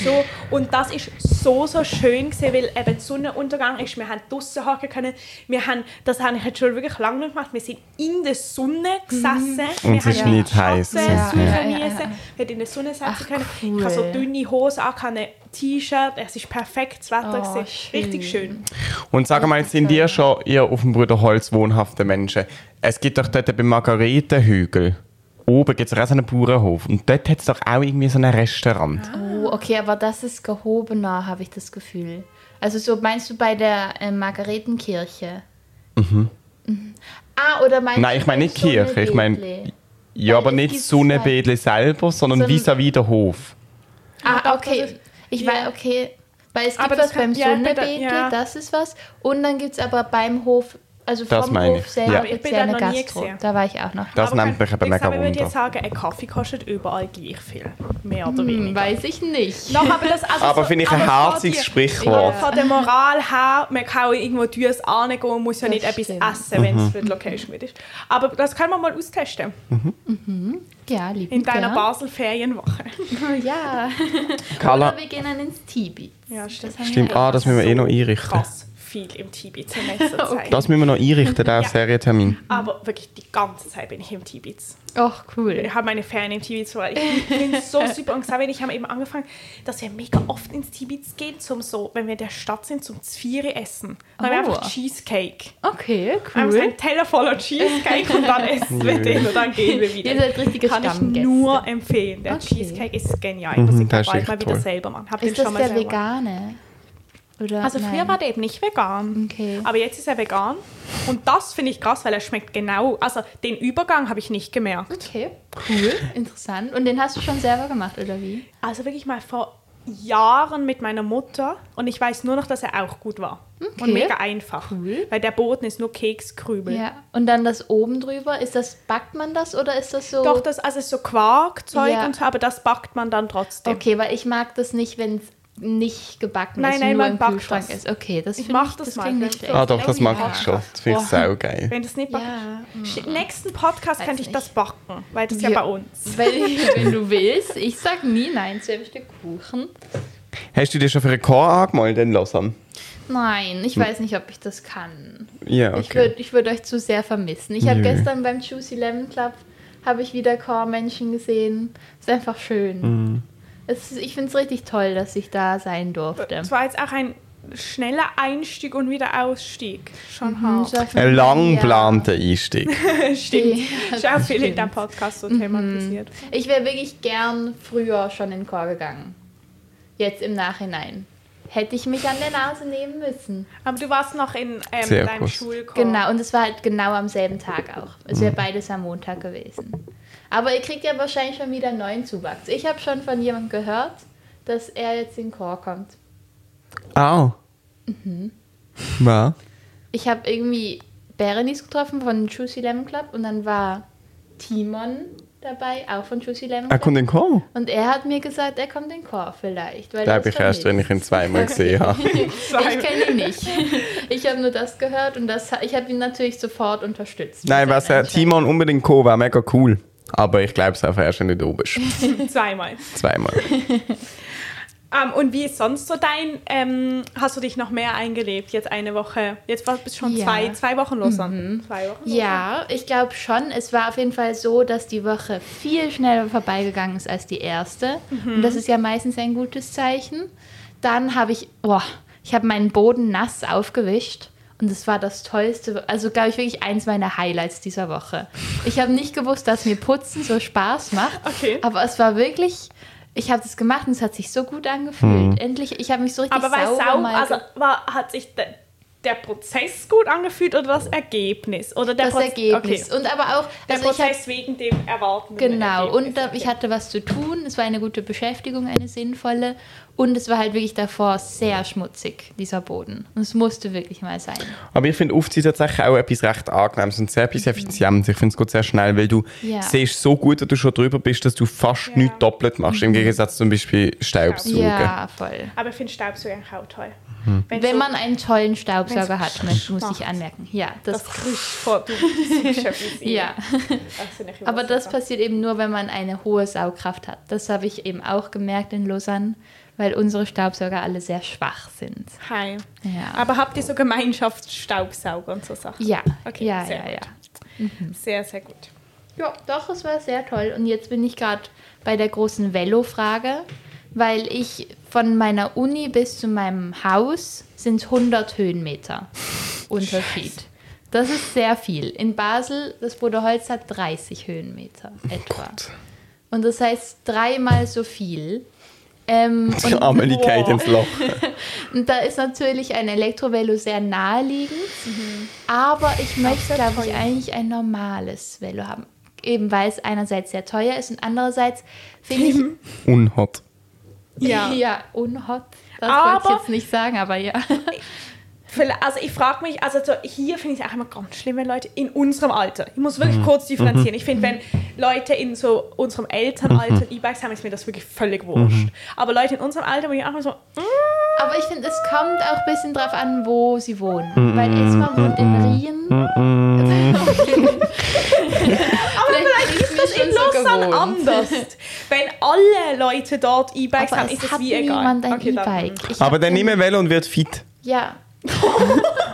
[SPEAKER 3] so. Und das ist so, so schön gewesen, weil eben der Sonnenuntergang ist. Wir haben draussen hocken können. Wir haben, das habe ich jetzt schon wirklich lange nicht gemacht. Wir sind in der Sonne
[SPEAKER 2] Mhm.
[SPEAKER 3] gesessen.
[SPEAKER 1] Und
[SPEAKER 3] wir
[SPEAKER 1] es ist
[SPEAKER 3] haben äh,
[SPEAKER 1] nicht heiß.
[SPEAKER 3] Schatten
[SPEAKER 2] Ja,
[SPEAKER 3] suchen
[SPEAKER 2] ja, ja, ja.
[SPEAKER 3] müssen. Wir haben in der Sonne sitzen
[SPEAKER 2] Ach,
[SPEAKER 3] können. Ich
[SPEAKER 2] cool.
[SPEAKER 3] habe so dünne Hose an, ein T-Shirt. Es ist perfektes Wetter.
[SPEAKER 2] Oh,
[SPEAKER 3] gewesen. Richtig
[SPEAKER 2] schön.
[SPEAKER 3] schön.
[SPEAKER 1] Und sag mal, jetzt sind ihr schon ihr auf dem Bruderholz wohnhafte Menschen. Es gibt doch dort beim Margaretenhügel. Oben gibt es auch so einen Bauernhof. Und dort hat es doch auch irgendwie so ein Restaurant.
[SPEAKER 2] Oh,
[SPEAKER 3] Ah.
[SPEAKER 2] okay, aber das ist gehobener, habe ich das Gefühl. Also so meinst du bei der äh, Margaretenkirche? Mhm. Ah, oder meinst
[SPEAKER 1] Nein,
[SPEAKER 2] du
[SPEAKER 1] ich meine nicht
[SPEAKER 2] so eine
[SPEAKER 1] Kirche, ich meine-
[SPEAKER 2] Wedle?
[SPEAKER 1] Ja, aber
[SPEAKER 2] es
[SPEAKER 1] nicht
[SPEAKER 2] gibt
[SPEAKER 1] Sonnenbädle selber, sondern
[SPEAKER 2] So ein-
[SPEAKER 1] vis-à-vis der Hof.
[SPEAKER 2] Ah,
[SPEAKER 3] doch,
[SPEAKER 2] okay.
[SPEAKER 3] das ist-
[SPEAKER 2] ich
[SPEAKER 3] ja.
[SPEAKER 2] weiß, okay. Weil es gibt
[SPEAKER 3] Aber das
[SPEAKER 2] was beim
[SPEAKER 3] kann- ja, bitte,
[SPEAKER 2] Sonnenbeet,
[SPEAKER 3] ja.
[SPEAKER 2] das ist was. Und dann gibt es aber beim Hof, also
[SPEAKER 1] Das
[SPEAKER 2] vom
[SPEAKER 1] meine
[SPEAKER 2] Hof
[SPEAKER 1] ich,
[SPEAKER 2] selber
[SPEAKER 1] ja.
[SPEAKER 2] gibt's
[SPEAKER 3] Ich bin
[SPEAKER 2] ja
[SPEAKER 3] da
[SPEAKER 2] eine
[SPEAKER 3] noch nie
[SPEAKER 2] Gastro.
[SPEAKER 3] gewesen.
[SPEAKER 2] Da war ich auch noch.
[SPEAKER 1] Das nennt mich eben mega
[SPEAKER 3] Ich würde jetzt
[SPEAKER 1] wunder.
[SPEAKER 3] sagen, ein Kaffee kostet überall gleich viel. Mehr oder
[SPEAKER 2] Hm,
[SPEAKER 3] weniger.
[SPEAKER 2] weiß ich nicht.
[SPEAKER 3] Doch, aber das, also
[SPEAKER 1] Aber finde ich ein
[SPEAKER 3] aber vor
[SPEAKER 1] herziges
[SPEAKER 3] die-
[SPEAKER 1] Sprichwort.
[SPEAKER 3] Von der Moral her, man kann auch irgendwo teures angehen und muss ja
[SPEAKER 2] Das
[SPEAKER 3] nicht
[SPEAKER 2] stimmt.
[SPEAKER 3] etwas essen, wenn es
[SPEAKER 1] Mhm.
[SPEAKER 3] für die Location gut ist. Aber das können wir mal austesten.
[SPEAKER 2] Ja, lieben
[SPEAKER 3] In deiner
[SPEAKER 2] gern.
[SPEAKER 3] Basel-Ferienwoche.
[SPEAKER 2] Ja.
[SPEAKER 1] Carla,
[SPEAKER 2] Oder wir gehen dann ins Tibet.
[SPEAKER 3] Ja, stimmt.
[SPEAKER 2] haben wir
[SPEAKER 1] stimmt, ah, das müssen wir eh noch einrichten.
[SPEAKER 3] Krass viel im Tibet in letzter Zeit.
[SPEAKER 1] Das müssen wir noch einrichten, den Serientermin.
[SPEAKER 3] Aber wirklich, die ganze Zeit bin ich im Tibet.
[SPEAKER 2] Ach, cool.
[SPEAKER 3] Ich habe meine Ferien im Tibet verbracht. Ich bin so super und Xavier und ich haben eben angefangen, dass wir mega oft ins Tibet gehen, zum so, wenn wir in der Stadt sind, zum Zviere essen. Dann haben wir
[SPEAKER 2] Oh.
[SPEAKER 3] einfach Cheesecake.
[SPEAKER 2] Okay,
[SPEAKER 3] Einfach so
[SPEAKER 2] cool.
[SPEAKER 3] ein Teller voller Cheesecake und dann essen wir den und dann gehen wir wieder.
[SPEAKER 2] Ihr seid richtige
[SPEAKER 3] Kann ich
[SPEAKER 2] Stammgäste.
[SPEAKER 3] nur empfehlen. Der
[SPEAKER 2] Okay.
[SPEAKER 3] Cheesecake ist genial. Ich muss ihn
[SPEAKER 1] der
[SPEAKER 3] glaub
[SPEAKER 1] Mhm, ist
[SPEAKER 3] bald
[SPEAKER 1] echt
[SPEAKER 3] mal wieder
[SPEAKER 1] toll.
[SPEAKER 3] selber machen. Hab den
[SPEAKER 2] Ist das
[SPEAKER 3] schon mal
[SPEAKER 2] der
[SPEAKER 3] selber.
[SPEAKER 2] vegane? Oder
[SPEAKER 3] Also früher
[SPEAKER 2] nein?
[SPEAKER 3] war der eben nicht vegan.
[SPEAKER 2] Okay.
[SPEAKER 3] Aber jetzt ist er vegan. Und das finde ich krass, weil er schmeckt genau. Also den Übergang habe ich nicht gemerkt.
[SPEAKER 2] Okay, cool, interessant. Und den hast du schon selber gemacht, oder wie?
[SPEAKER 3] Also wirklich mal vor Jahren mit meiner Mutter und ich weiß nur noch, dass er auch gut war. Und mega einfach.
[SPEAKER 2] Cool.
[SPEAKER 3] Weil der Boden ist nur Kekskrübel.
[SPEAKER 2] Ja. Und dann das oben drüber, ist das, backt man das oder ist das so?
[SPEAKER 3] Doch, das also es ist so Quarkzeug
[SPEAKER 2] Ja.
[SPEAKER 3] und so, aber das backt man dann trotzdem.
[SPEAKER 2] Okay, weil ich mag das nicht, wenn es nicht gebacken
[SPEAKER 3] Nein,
[SPEAKER 2] ist,
[SPEAKER 3] nein,
[SPEAKER 2] nur
[SPEAKER 3] man
[SPEAKER 2] im
[SPEAKER 3] backt
[SPEAKER 2] Kühlschrank
[SPEAKER 3] das.
[SPEAKER 2] ist. Okay, das
[SPEAKER 3] Ich
[SPEAKER 2] finde
[SPEAKER 3] mach
[SPEAKER 2] ich,
[SPEAKER 3] das
[SPEAKER 2] das
[SPEAKER 3] mal,
[SPEAKER 2] klingt
[SPEAKER 3] wenn-
[SPEAKER 2] nicht
[SPEAKER 1] Ah,
[SPEAKER 2] schlecht.
[SPEAKER 1] doch, das mag
[SPEAKER 2] Ja.
[SPEAKER 1] ich schon. Das finde ich saugeil.
[SPEAKER 3] Wenn das nicht backt.
[SPEAKER 2] Ja.
[SPEAKER 3] Sch- Nächsten Podcast
[SPEAKER 2] Weiß
[SPEAKER 3] könnte ich
[SPEAKER 2] nicht.
[SPEAKER 3] das backen, weil das ist ja
[SPEAKER 2] Wir-
[SPEAKER 3] bei uns.
[SPEAKER 2] Wenn, wenn du willst, ich sag nie nein zu einem Stück Kuchen.
[SPEAKER 1] Hast du dir schon für einen Chor angemalt in Lausanne?
[SPEAKER 2] Nein, ich weiß nicht, ob ich das kann.
[SPEAKER 1] Hm. Ja,
[SPEAKER 2] Ich
[SPEAKER 1] okay.
[SPEAKER 2] würde ich würd euch zu sehr vermissen. Ich habe
[SPEAKER 1] Nö.
[SPEAKER 2] gestern beim Juicy Lemon Club habe ich wieder Chormenschen gesehen. Ist einfach schön.
[SPEAKER 1] Mhm.
[SPEAKER 2] Es ist, ich finde es richtig toll, dass ich da sein durfte.
[SPEAKER 3] Das war jetzt auch ein schneller Einstieg und wieder Ausstieg. Schon
[SPEAKER 2] Mhm. Hm,
[SPEAKER 3] hart.
[SPEAKER 1] Ein lang
[SPEAKER 2] Plan.
[SPEAKER 1] geplanter Einstieg.
[SPEAKER 3] Stimmt.
[SPEAKER 2] Ja,
[SPEAKER 3] ist auch
[SPEAKER 2] das
[SPEAKER 3] viel in
[SPEAKER 2] stimmt. Mhm.
[SPEAKER 3] deinem Podcast so thematisiert.
[SPEAKER 2] Ich wäre wirklich gern früher schon in den Chor gegangen. Jetzt im Nachhinein. Hätte ich mich an der Nase nehmen müssen.
[SPEAKER 3] Aber du warst noch in ähm,
[SPEAKER 1] Sehr
[SPEAKER 3] deinem
[SPEAKER 1] kurz.
[SPEAKER 3] Schulchor.
[SPEAKER 1] Mhm.
[SPEAKER 2] Genau, und es war halt genau am selben Tag auch. Es wäre beides am Montag gewesen. Aber ihr kriegt ja wahrscheinlich schon wieder einen neuen Zuwachs. Ich habe schon von jemandem gehört, dass er jetzt in Chor kommt.
[SPEAKER 1] Au. Mhm. Ja.
[SPEAKER 2] Ich habe irgendwie Berenice getroffen von Juicy Lemon Club und dann war Timon dabei, auch von Juicy Lemon
[SPEAKER 1] Er
[SPEAKER 2] Club.
[SPEAKER 1] kommt in den Chor.
[SPEAKER 2] und er hat mir gesagt, er kommt in Chor vielleicht. Weil
[SPEAKER 1] Da
[SPEAKER 2] er
[SPEAKER 1] habe
[SPEAKER 2] es
[SPEAKER 1] ich erst, wenn
[SPEAKER 2] vermisst.
[SPEAKER 1] ich ihn zweimal gesehen habe.
[SPEAKER 2] Ich kenne ihn nicht. Ich habe nur das gehört und das, ich habe ihn natürlich sofort unterstützt.
[SPEAKER 1] Nein,
[SPEAKER 2] Mit
[SPEAKER 1] was
[SPEAKER 2] seiner
[SPEAKER 1] er, Timon unbedingt kommen wäre mega cool. Aber ich glaube es einfach erst, wenn du da bist.
[SPEAKER 3] Zweimal.
[SPEAKER 1] Zweimal.
[SPEAKER 3] Ähm, und wie ist sonst so dein, ähm, hast du dich noch mehr eingelebt, jetzt eine Woche, jetzt war- bist du schon
[SPEAKER 2] Ja. Mhm.
[SPEAKER 3] zwei, zwei Wochen Lausanne. Zwei Wochen
[SPEAKER 2] Ja, ich glaube schon. Es war auf jeden Fall so, dass die Woche viel schneller vorbeigegangen ist als die erste. Und
[SPEAKER 3] Mhm.
[SPEAKER 2] das ist ja meistens ein gutes Zeichen. Dann habe ich, boah, ich habe meinen Boden nass aufgewischt. Und es war das Tollste, also glaube ich wirklich eins meiner Highlights dieser Woche. Ich habe nicht gewusst, dass mir Putzen so Spaß macht.
[SPEAKER 3] Okay.
[SPEAKER 2] Aber es war wirklich, ich habe das gemacht und es hat sich so gut angefühlt. Endlich, ich habe mich so richtig
[SPEAKER 3] Aber weil
[SPEAKER 2] sauber
[SPEAKER 3] Sau,
[SPEAKER 2] mal
[SPEAKER 3] also
[SPEAKER 2] ge-
[SPEAKER 3] war, hat sich de, der Prozess gut angefühlt oder das Ergebnis? Oder der
[SPEAKER 2] das
[SPEAKER 3] Proz-
[SPEAKER 2] Ergebnis.
[SPEAKER 3] Okay.
[SPEAKER 2] Und aber auch,
[SPEAKER 3] Der
[SPEAKER 2] also ich habe
[SPEAKER 3] Prozess wegen dem erwartenden
[SPEAKER 2] Genau,
[SPEAKER 3] Ergebnis.
[SPEAKER 2] und da, ich
[SPEAKER 3] Okay.
[SPEAKER 2] hatte was zu tun, es war eine gute Beschäftigung, eine sinnvolle. Und es war halt wirklich davor sehr schmutzig, dieser Boden. Und es musste wirklich mal sein.
[SPEAKER 1] Aber ich finde Aufziehen tatsächlich auch etwas recht Angenehmes und sehr etwas Effizientes. Ich finde es geht sehr schnell, weil du
[SPEAKER 2] Ja.
[SPEAKER 1] siehst so gut, dass du schon drüber bist, dass du fast
[SPEAKER 3] Ja.
[SPEAKER 1] nichts doppelt machst. Im Gegensatz zum Beispiel Staubsaugen.
[SPEAKER 2] Ja, voll.
[SPEAKER 3] Aber ich finde Staubsauger eigentlich auch toll.
[SPEAKER 2] Wenn
[SPEAKER 3] so
[SPEAKER 2] man einen tollen Staubsauger
[SPEAKER 3] wenn's
[SPEAKER 2] hat, muss muss
[SPEAKER 3] macht.
[SPEAKER 2] ich anmerken. Ja, das.
[SPEAKER 3] das Gerücht vor du suchst etwas ein.
[SPEAKER 2] ja,
[SPEAKER 3] Das finde ich
[SPEAKER 2] aber das
[SPEAKER 3] super.
[SPEAKER 2] passiert eben nur, wenn man eine hohe Saugkraft hat. Das habe ich eben auch gemerkt in Lausanne, weil unsere Staubsauger alle sehr schwach sind.
[SPEAKER 3] Hi.
[SPEAKER 2] Ja.
[SPEAKER 3] Aber habt ihr so Gemeinschaftsstaubsauger und so Sachen?
[SPEAKER 2] Ja,
[SPEAKER 3] Okay,
[SPEAKER 2] ja,
[SPEAKER 3] sehr
[SPEAKER 2] ja,
[SPEAKER 3] gut.
[SPEAKER 2] ja.
[SPEAKER 3] Sehr, sehr gut.
[SPEAKER 2] Ja, doch, es war sehr toll. Und jetzt bin ich gerade bei der großen Velo-Frage, weil ich von meiner Uni bis zu meinem Haus sind 100 Höhenmeter Unterschied. Das ist sehr viel. In Basel, das Bruderholz hat 30 Höhenmeter etwa. Und das heißt dreimal so viel. Ähm,
[SPEAKER 1] Die
[SPEAKER 2] und,
[SPEAKER 1] Amelie geht ins Loch.
[SPEAKER 2] und da ist natürlich ein Elektrovelo sehr naheliegend.
[SPEAKER 3] Mhm.
[SPEAKER 2] Aber ich möchte, glaube ich, eigentlich ein normales Velo haben. Eben weil es einerseits sehr teuer ist und andererseits finde ich
[SPEAKER 1] Unhot.
[SPEAKER 2] ja.
[SPEAKER 3] Ja.
[SPEAKER 2] unhot. Das wollte ich
[SPEAKER 3] Aber-
[SPEAKER 2] jetzt nicht sagen, aber ja.
[SPEAKER 3] Vielleicht- Also ich frage mich, also so hier finde ich es auch immer ganz schlimm, wenn Leute in unserem Alter, ich muss wirklich kurz differenzieren, ich finde, wenn Leute in so unserem Elternalter E-Bikes haben, ist mir das wirklich völlig wurscht. Aber Leute in unserem Alter, wo ich auch immer so, mm,
[SPEAKER 2] Aber ich finde, es kommt auch ein bisschen drauf an, wo sie wohnen. Weil Esma wohnt in Rien. aber vielleicht ist
[SPEAKER 3] das in Lausanne anders. wenn alle Leute dort E-Bikes
[SPEAKER 2] Aber
[SPEAKER 3] haben, ist
[SPEAKER 2] es
[SPEAKER 3] das
[SPEAKER 2] hat
[SPEAKER 3] wie egal.
[SPEAKER 2] niemand ein
[SPEAKER 3] Okay, dann-
[SPEAKER 2] E-Bike. Ich
[SPEAKER 1] Aber
[SPEAKER 2] hab
[SPEAKER 1] dann
[SPEAKER 2] den-
[SPEAKER 1] nimm ein Velo und wird fit.
[SPEAKER 2] Ja,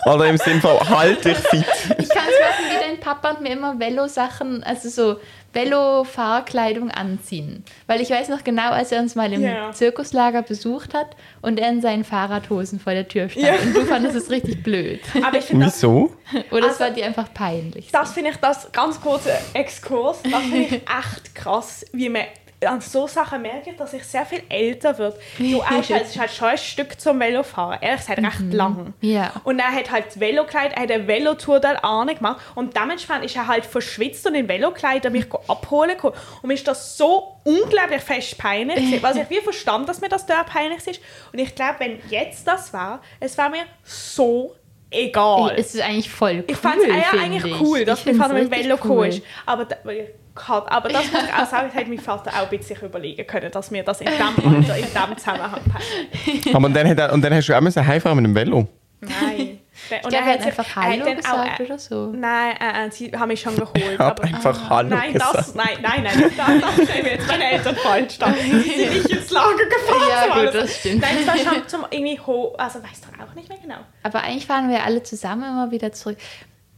[SPEAKER 1] Oder im Sinnfall, halt dich fit.
[SPEAKER 2] Ich kann es machen wie dein Papa und mir immer Velo-Sachen, also so Velo-Fahrkleidung anziehen. Weil ich weiß noch genau, als er uns mal im
[SPEAKER 3] Ja.
[SPEAKER 2] Zirkuslager besucht hat und er in seinen Fahrradhosen vor der Tür stand.
[SPEAKER 3] Ja.
[SPEAKER 2] Und du fandest es richtig blöd.
[SPEAKER 3] Aber ich finde das
[SPEAKER 1] Wieso?
[SPEAKER 2] Oder es
[SPEAKER 3] Also-
[SPEAKER 2] war dir einfach peinlich.
[SPEAKER 3] Das finde ich, das ganz kurze Exkurs, das finde ich echt krass, wie man an so Sachen merkt, dass ich sehr viel älter wird. Du weißt halt, es ist halt schon ein Stück zum Velofahren. Ehrlich gesagt, recht lang.
[SPEAKER 2] Mhm. Ja.
[SPEAKER 3] Und er hat halt das Velokleid, er hat eine Velotour dort ane gemacht und dementsprechend ist er halt verschwitzt und in Velokleid er um
[SPEAKER 2] Mhm.
[SPEAKER 3] mich go abholen gekommen. Und mir ist das so unglaublich fest peinlich gewesen, was ich wie verstand, dass mir das da peinlich ist. Und ich glaube, wenn jetzt das war, es war mir so egal.
[SPEAKER 2] Es ist eigentlich voll cool.
[SPEAKER 3] Ich fand es
[SPEAKER 2] find
[SPEAKER 3] eigentlich cool, dass
[SPEAKER 2] Ich
[SPEAKER 3] mein
[SPEAKER 2] find's
[SPEAKER 3] Vater mit dem
[SPEAKER 2] richtig
[SPEAKER 3] Velo cool.
[SPEAKER 2] cool.
[SPEAKER 3] ist. Aber, da, weil ich kann, aber das muss ich auch sagen, das hätte mein Vater auch ein bisschen sich überlegen können, dass mir das in dem Alter, in dem Zusammenhang passt.
[SPEAKER 1] Aber dann, hat er, und dann hast du auch müssen heimfahren mit dem Velo.
[SPEAKER 3] Nein.
[SPEAKER 2] Ich
[SPEAKER 3] Und
[SPEAKER 2] glaube, er hat
[SPEAKER 3] sich-
[SPEAKER 2] einfach
[SPEAKER 3] er hat
[SPEAKER 2] Hallo
[SPEAKER 3] dann
[SPEAKER 2] gesagt
[SPEAKER 3] äh,
[SPEAKER 2] oder so. Ah.
[SPEAKER 3] Nein, äh, äh, sie haben mich schon geholt.
[SPEAKER 1] Ich habe
[SPEAKER 3] Aber,
[SPEAKER 1] einfach Hallo
[SPEAKER 3] nein,
[SPEAKER 1] gesagt.
[SPEAKER 3] das, nein, nein, nein, das, das stellen wir jetzt meine Eltern falsch dar. Sie sind nicht ins Lager gefahren.
[SPEAKER 2] Ja,
[SPEAKER 3] so
[SPEAKER 2] gut,
[SPEAKER 3] alles.
[SPEAKER 2] das stimmt.
[SPEAKER 3] Nein, das war schon zum irgendwie hoch, also weiß doch auch nicht mehr genau.
[SPEAKER 2] Aber eigentlich fahren wir alle zusammen immer wieder zurück.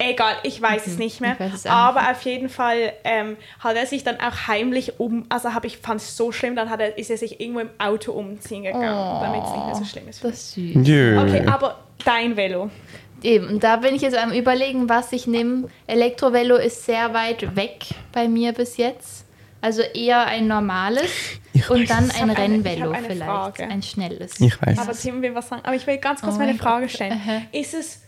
[SPEAKER 3] Egal, ich weiß es nicht mehr.
[SPEAKER 2] Mhm. Ich weiß es auch
[SPEAKER 3] aber auf jeden Fall ähm, hat er sich dann auch heimlich um, also habe ich fand es so schlimm, dann hat er, ist er sich irgendwo im Auto umziehen gegangen,
[SPEAKER 2] Oh.
[SPEAKER 3] damit es nicht mehr so schlimm ist.
[SPEAKER 2] Das ist süß.
[SPEAKER 1] Jö.
[SPEAKER 3] Okay, aber dein Velo.
[SPEAKER 2] Eben, und da bin ich jetzt am überlegen, was ich nehme. Elektrovelo ist sehr weit weg bei mir bis jetzt. Also eher ein normales und dann ein
[SPEAKER 3] hab eine- ich
[SPEAKER 2] Rennvelo
[SPEAKER 3] hab eine
[SPEAKER 2] vielleicht.
[SPEAKER 3] Frage.
[SPEAKER 2] Ein schnelles.
[SPEAKER 1] Ich weiß.
[SPEAKER 3] Aber Tim will was sagen. Aber ich will ganz kurz
[SPEAKER 2] Oh
[SPEAKER 3] meine
[SPEAKER 2] mein
[SPEAKER 3] Frage stellen.
[SPEAKER 2] Aha.
[SPEAKER 3] Ist es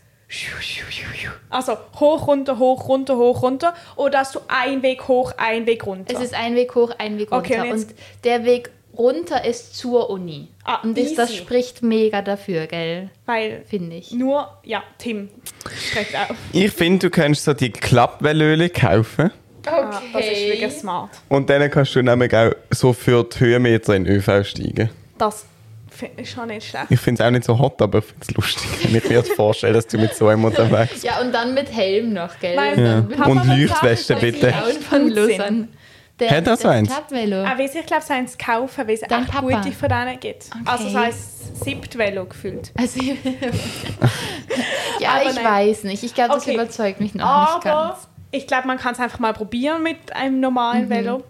[SPEAKER 3] Also hoch, runter, hoch, runter, hoch, runter. Oder hast du einen Weg hoch, einen Weg runter?
[SPEAKER 2] Es ist ein Weg hoch, ein Weg
[SPEAKER 3] Okay,
[SPEAKER 2] runter.
[SPEAKER 3] und jetzt-
[SPEAKER 2] und der Weg runter ist zur Uni.
[SPEAKER 3] Ah,
[SPEAKER 2] und das, das
[SPEAKER 3] easy.
[SPEAKER 2] spricht mega dafür, gell?
[SPEAKER 3] Weil
[SPEAKER 2] Finde ich.
[SPEAKER 3] nur, ja, Tim schreckt auf.
[SPEAKER 1] Ich finde, du kannst so die Klappwellöle kaufen.
[SPEAKER 3] Ah, das ist wirklich smart.
[SPEAKER 1] Und dann kannst du nämlich auch so für die Höhenmeter in den ÖV steigen.
[SPEAKER 3] Das fi- ist schon nicht schlecht.
[SPEAKER 1] Ich finde es auch nicht so hot, aber ich finde es lustig, wenn ich mir jetzt vorstelle, dass du mit so einem unterwegs bist.
[SPEAKER 2] Ja, und dann mit Helm noch, gell?
[SPEAKER 3] Mein
[SPEAKER 2] Und
[SPEAKER 1] Ja.
[SPEAKER 2] dann mit
[SPEAKER 3] Papa
[SPEAKER 1] Und
[SPEAKER 3] hat
[SPEAKER 1] Leuchtweste
[SPEAKER 3] gesagt, dass
[SPEAKER 1] bitte.
[SPEAKER 3] sie
[SPEAKER 2] Frauen
[SPEAKER 3] auch-
[SPEAKER 2] von
[SPEAKER 3] Gut sind.
[SPEAKER 2] Lausanne. Der,
[SPEAKER 1] Hat er so
[SPEAKER 2] der
[SPEAKER 1] eins?
[SPEAKER 2] Stadtvelo.
[SPEAKER 3] Auch weiss Ah, ich glaube, es eins kaufen, weil es
[SPEAKER 2] Dein
[SPEAKER 3] echt
[SPEAKER 2] Papa?
[SPEAKER 3] gute von denen gibt. Also
[SPEAKER 2] Okay.
[SPEAKER 3] so ein Siebtvelo gefühlt.
[SPEAKER 2] Also, ja,
[SPEAKER 3] Aber
[SPEAKER 2] ich
[SPEAKER 3] nein.
[SPEAKER 2] weiß nicht. Ich glaube, das
[SPEAKER 3] Okay.
[SPEAKER 2] überzeugt mich noch nicht
[SPEAKER 3] Aber
[SPEAKER 2] ganz. Mhm.
[SPEAKER 3] ich glaube, man kann es einfach mal probieren mit einem normalen Velo.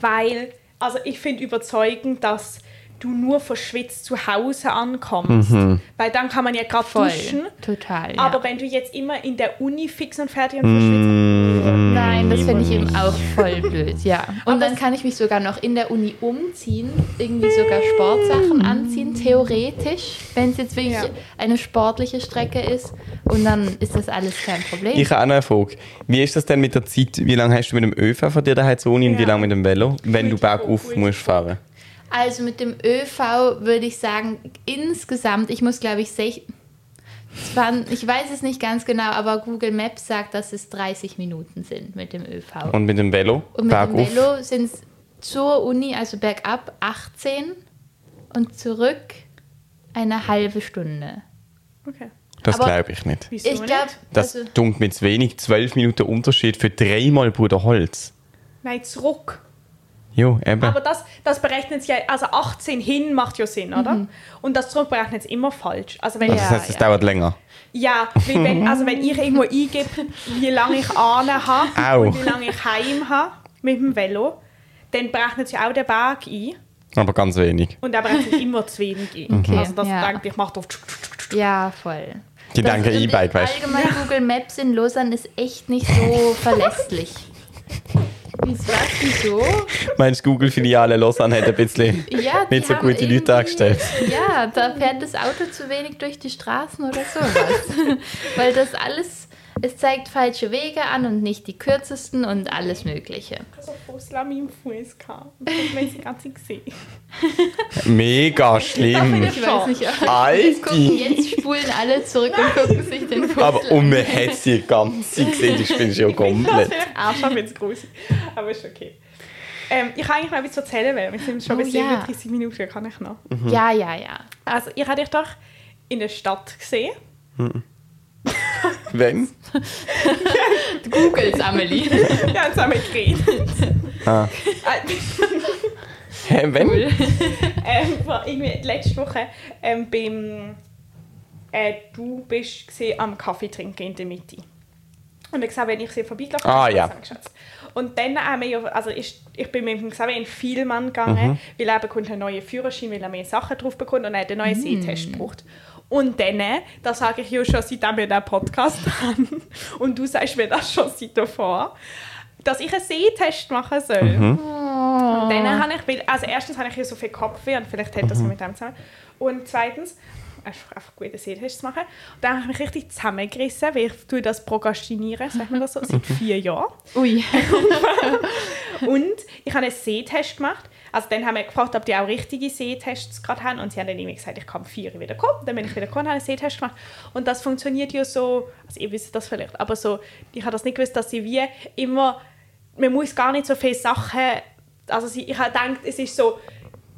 [SPEAKER 3] Weil, also ich finde überzeugend, dass du nur verschwitzt zu Hause ankommst.
[SPEAKER 1] Mhm.
[SPEAKER 3] Weil dann kann man ja gerade
[SPEAKER 2] Voll.
[SPEAKER 3] duschen.
[SPEAKER 2] Total. Ja.
[SPEAKER 3] Aber wenn du jetzt immer in der Uni fix und fertig und
[SPEAKER 1] Mhm.
[SPEAKER 3] verschwitzt,
[SPEAKER 2] Nein, das finde ich eben auch voll blöd, ja. Und dann kann ich mich sogar noch in der Uni umziehen, irgendwie sogar Sportsachen anziehen, theoretisch, wenn es jetzt wirklich
[SPEAKER 3] Ja.
[SPEAKER 2] eine sportliche Strecke ist. Und dann ist das alles kein Problem.
[SPEAKER 1] Ich habe auch noch eine Frage. Wie ist das denn mit der Zeit? Wie lange hast du mit dem ÖV von dir daheim zur Uni und wie
[SPEAKER 3] Ja.
[SPEAKER 1] lange mit dem Velo, wenn du
[SPEAKER 3] Guter
[SPEAKER 1] bergauf
[SPEAKER 3] Punkt,
[SPEAKER 1] musst fahren?
[SPEAKER 2] Also mit dem ÖV würde ich sagen, insgesamt, ich muss glaube ich sech- 20, ich weiß es nicht ganz genau, aber Google Maps sagt, dass es 30 Minuten sind mit dem ÖV.
[SPEAKER 1] Und mit dem Velo?
[SPEAKER 2] Und mit
[SPEAKER 1] bergauf?
[SPEAKER 2] dem Velo sind es zur Uni, also bergab, 18 und zurück eine halbe Stunde.
[SPEAKER 3] okay.
[SPEAKER 1] Das
[SPEAKER 2] Aber-
[SPEAKER 1] glaube ich nicht.
[SPEAKER 3] Wieso
[SPEAKER 2] ich glaube,
[SPEAKER 3] nicht?
[SPEAKER 1] Das
[SPEAKER 2] also,
[SPEAKER 1] dunkt mir zu wenig. Zwölf Minuten Unterschied für dreimal Bruder Holz.
[SPEAKER 3] Nein, zurück.
[SPEAKER 1] Jo, eben.
[SPEAKER 3] Aber das, das berechnet sich ja, also 18 hin macht ja Sinn, oder? Und das zurück berechnet es immer falsch. Also wenn
[SPEAKER 1] Mhm. also, das
[SPEAKER 2] ja,
[SPEAKER 1] heißt, es
[SPEAKER 2] ja.
[SPEAKER 1] dauert länger.
[SPEAKER 3] Ja, weil wenn, also wenn ich irgendwo eingebe, wie lange ich ahne
[SPEAKER 1] Au.
[SPEAKER 3] habe und wie lange ich heim habe mit dem Velo, dann berechnet sich auch der Berg ein
[SPEAKER 1] Aber ganz wenig.
[SPEAKER 3] und der berechnet immer zu wenig
[SPEAKER 1] Mhm.
[SPEAKER 3] ein.
[SPEAKER 2] Okay,
[SPEAKER 3] Also das
[SPEAKER 2] ja.
[SPEAKER 3] denkt, ich mache doch
[SPEAKER 2] ja, voll.
[SPEAKER 1] Die denken
[SPEAKER 2] und
[SPEAKER 1] E-Bike, weißt du.
[SPEAKER 2] Allgemein Google Maps in Lausanne ist echt nicht so verlässlich. Wieso? Was? Wieso?
[SPEAKER 1] Meinst du, Google-Filiale Lausanne hat ein bisschen
[SPEAKER 2] Ja, die
[SPEAKER 1] nicht so
[SPEAKER 2] haben
[SPEAKER 1] gute Leute
[SPEAKER 2] irgendwie-
[SPEAKER 1] dargestellt?
[SPEAKER 2] Ja, da fährt das Auto zu wenig durch die Straßen oder sowas. Weil das alles, es zeigt falsche Wege an und nicht die kürzesten und alles Mögliche.
[SPEAKER 3] so Fussel an meinem Fuß gehabt. Und dann haben sie die ganze Zeit gesehen.
[SPEAKER 1] Mega schlimm.
[SPEAKER 2] Ich weiß nicht, ob gucken,
[SPEAKER 1] Alti!
[SPEAKER 2] jetzt spulen alle zurück und gucken sich den Fuß
[SPEAKER 1] Aber um mich hat sie ganz gesehen. Ich bin schon komplett.
[SPEAKER 3] Auch schon wenn es groß ist. Aber ist okay. Ähm, ich kann eigentlich noch etwas erzählen, weil wir sind schon
[SPEAKER 2] Oh
[SPEAKER 3] ein bisschen
[SPEAKER 2] ja.
[SPEAKER 3] über 30 Minuten, kann ich noch.
[SPEAKER 2] Ja, ja, ja.
[SPEAKER 3] Also ich habe dich doch in der Stadt gesehen.
[SPEAKER 1] Wenn?
[SPEAKER 2] Googles, Amelie.
[SPEAKER 3] Ja, jetzt haben wir geredet.
[SPEAKER 1] Ah.
[SPEAKER 3] Äh,
[SPEAKER 1] Hä, wenn?
[SPEAKER 3] ähm, war irgendwie letzte Woche ähm, beim äh, du bist gesehen am Kaffee trinken in der Mitte. Und ich sah, wenn ich sie vorbeigelaufen bin,
[SPEAKER 1] Ah,
[SPEAKER 3] hab ich
[SPEAKER 1] ja.
[SPEAKER 3] zusammengeschätzt. Und dann haben wir ja, also ich, ich bin mit dem Xavier in Vielmann
[SPEAKER 1] Mhm.
[SPEAKER 3] gegangen, weil er bekommt einen neuen Führerschein, weil er mehr Sachen drauf bekommt und er hat einen neuen
[SPEAKER 1] Mhm.
[SPEAKER 3] Sehtest gebraucht. Und dann, das sage ich ja schon, seitdem wir den Podcast haben, und du sagst mir das schon seit davor, dass ich einen Sehtest machen soll.
[SPEAKER 1] Mhm.
[SPEAKER 3] Und dann habe ich, weil- also erstens habe ich hier so viel Kopfweh und vielleicht hätte das ja mit dem zusammen. Und zweitens, einfach, einfach gute Sehtest zu machen. Und dann habe ich mich richtig zusammengerissen, weil ich tue das prokrastinieren, sagt man das so, seit vier Jahren.
[SPEAKER 2] Ui.
[SPEAKER 3] Und ich habe einen Sehtest gemacht. Also dann haben wir gefragt, ob die auch richtige Sehtests gerade haben. Und sie haben dann irgendwie gesagt, ich kann um vier Uhr wieder kommen. Dann bin ich wieder gekommen und habe einen Sehtest gemacht. Und das funktioniert ja so, also ihr wisst das vielleicht, aber so, ich habe das nicht gewusst, dass sie wie immer, man muss gar nicht so viele Sachen, also sie, ich habe gedacht, es ist so,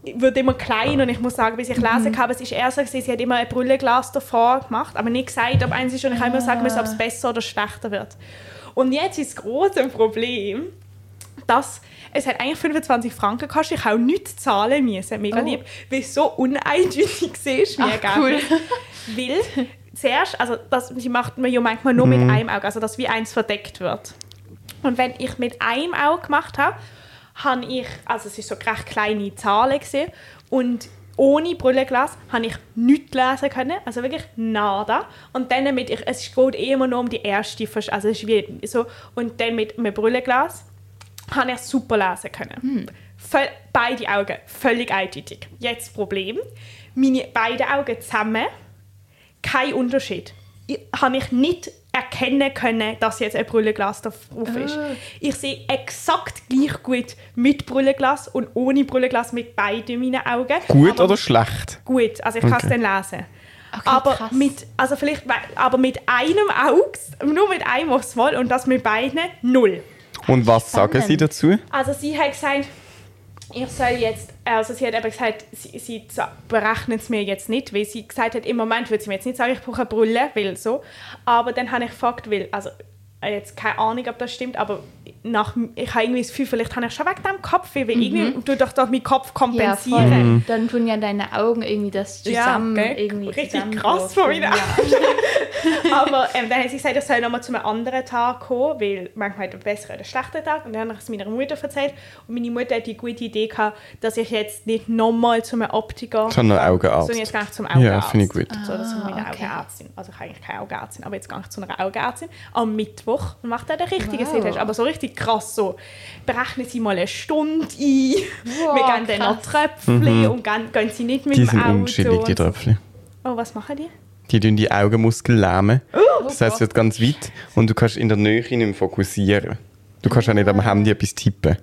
[SPEAKER 3] wird immer klein und ich muss sagen, bis ich
[SPEAKER 2] Mhm.
[SPEAKER 3] lesen kann, aber es ist eher so, gewesen, sie hat immer ein Brillenglas davor gemacht, aber nicht gesagt, ob eins ist und ich habe immer sagen müssen, ob
[SPEAKER 2] Ah.
[SPEAKER 3] es besser oder schlechter wird. Und jetzt ist das große Problem, dass es hat eigentlich 25 Franken gekostet, ich auch nichts zahlen müssen, mega
[SPEAKER 2] Oh.
[SPEAKER 3] lieb, weil es so uneindeutig war, mir
[SPEAKER 2] Ach, cool.
[SPEAKER 3] Weil zuerst, also das die macht man ja manchmal nur mit einem Auge, also dass wie eins verdeckt wird. Und wenn ich mit einem Auge gemacht habe, habe ich, also es waren so recht kleine Zahlen gewesen, und ohne Brillenglas habe ich nichts lesen können, also wirklich nada. Und dann mit, ich, es geht eh immer nur um die erste, Versch- also es ist wie so, und dann mit einem Brillenglas habe ich super lesen können. Völ beide Augen, völlig eindeutig. Jetzt Problem, meine beiden Augen zusammen, kein Unterschied. habe ich nicht erkennen können, dass jetzt ein Brillenglas drauf ist. Ich sehe exakt gleich gut mit Brillenglas und ohne Brillenglas mit beiden meinen Augen.
[SPEAKER 1] Gut
[SPEAKER 3] aber
[SPEAKER 1] oder schlecht?
[SPEAKER 3] gut, also ich kann es
[SPEAKER 1] Okay.
[SPEAKER 3] dann lesen.
[SPEAKER 2] Okay,
[SPEAKER 3] aber
[SPEAKER 2] Ah, krass.
[SPEAKER 3] mit also vielleicht wei- aber mit einem Auge, nur mit einem aufs Mal und das mit beiden null.
[SPEAKER 1] Und was sagen Sie
[SPEAKER 2] Spannend.
[SPEAKER 1] dazu?
[SPEAKER 3] Also sie hat gesagt, ich soll jetzt, also sie hat eben gesagt, sie, sie berechnet es mir jetzt nicht, weil sie gesagt hat, im Moment würde sie mir jetzt nicht sagen, ich brauche eine Brille, weil so. Aber dann habe ich gefragt, weil, also äh, jetzt keine Ahnung, ob das stimmt, aber nach, ich habe irgendwie das Gefühl, vielleicht habe ich schon weg dem Kopf, weil irgendwie tut doch, doch meinen Kopf
[SPEAKER 2] Mhm. Ja, voll.
[SPEAKER 3] kompensieren.
[SPEAKER 2] Dann tun ja deine Augen irgendwie das zusammen.
[SPEAKER 3] gell?
[SPEAKER 2] irgendwie
[SPEAKER 3] Richtig
[SPEAKER 2] zusammen
[SPEAKER 3] krass von meinen
[SPEAKER 2] ja.
[SPEAKER 3] Aber ähm, dann hat sie gesagt, ich soll nochmal zu einem anderen Tag kommen, weil manchmal hat er einen besseren oder schlechten Tag. Und dann habe ich es meiner Mutter erzählt. Und meine Mutter hat die gute Idee gehabt, dass ich jetzt nicht nochmal zu einem Optiker
[SPEAKER 1] Sondern Augenarzt.
[SPEAKER 3] Sondern jetzt gehe ich zum Augenarzt.
[SPEAKER 1] Ja, finde ich gut.
[SPEAKER 3] So, dass ich
[SPEAKER 2] Ah,
[SPEAKER 3] meine
[SPEAKER 2] okay.
[SPEAKER 3] Augenärztin. Also ich habe eigentlich keine Augenärztin, aber jetzt gehe ich zu einer Augenärztin am Mittwoch und mache dann den richtigen
[SPEAKER 2] Wow.
[SPEAKER 3] wow. Aber so richtig krass so. Berechnen Sie mal eine Stunde ein. Wir gehen dann noch Tröpfchen
[SPEAKER 1] Mhm.
[SPEAKER 3] und gehen, gehen Sie nicht mit
[SPEAKER 1] Die
[SPEAKER 3] dem
[SPEAKER 1] sind
[SPEAKER 3] Auto.
[SPEAKER 1] unschillig, die
[SPEAKER 3] und so.
[SPEAKER 1] Tröpfchen.
[SPEAKER 3] Oh, was machen die?
[SPEAKER 1] Die tun die Augenmuskeln lähmen. das heißt,
[SPEAKER 2] Gott.
[SPEAKER 1] es wird ganz weit und du kannst in der Nähe nicht mehr fokussieren. Du kannst auch nicht am Handy etwas tippen.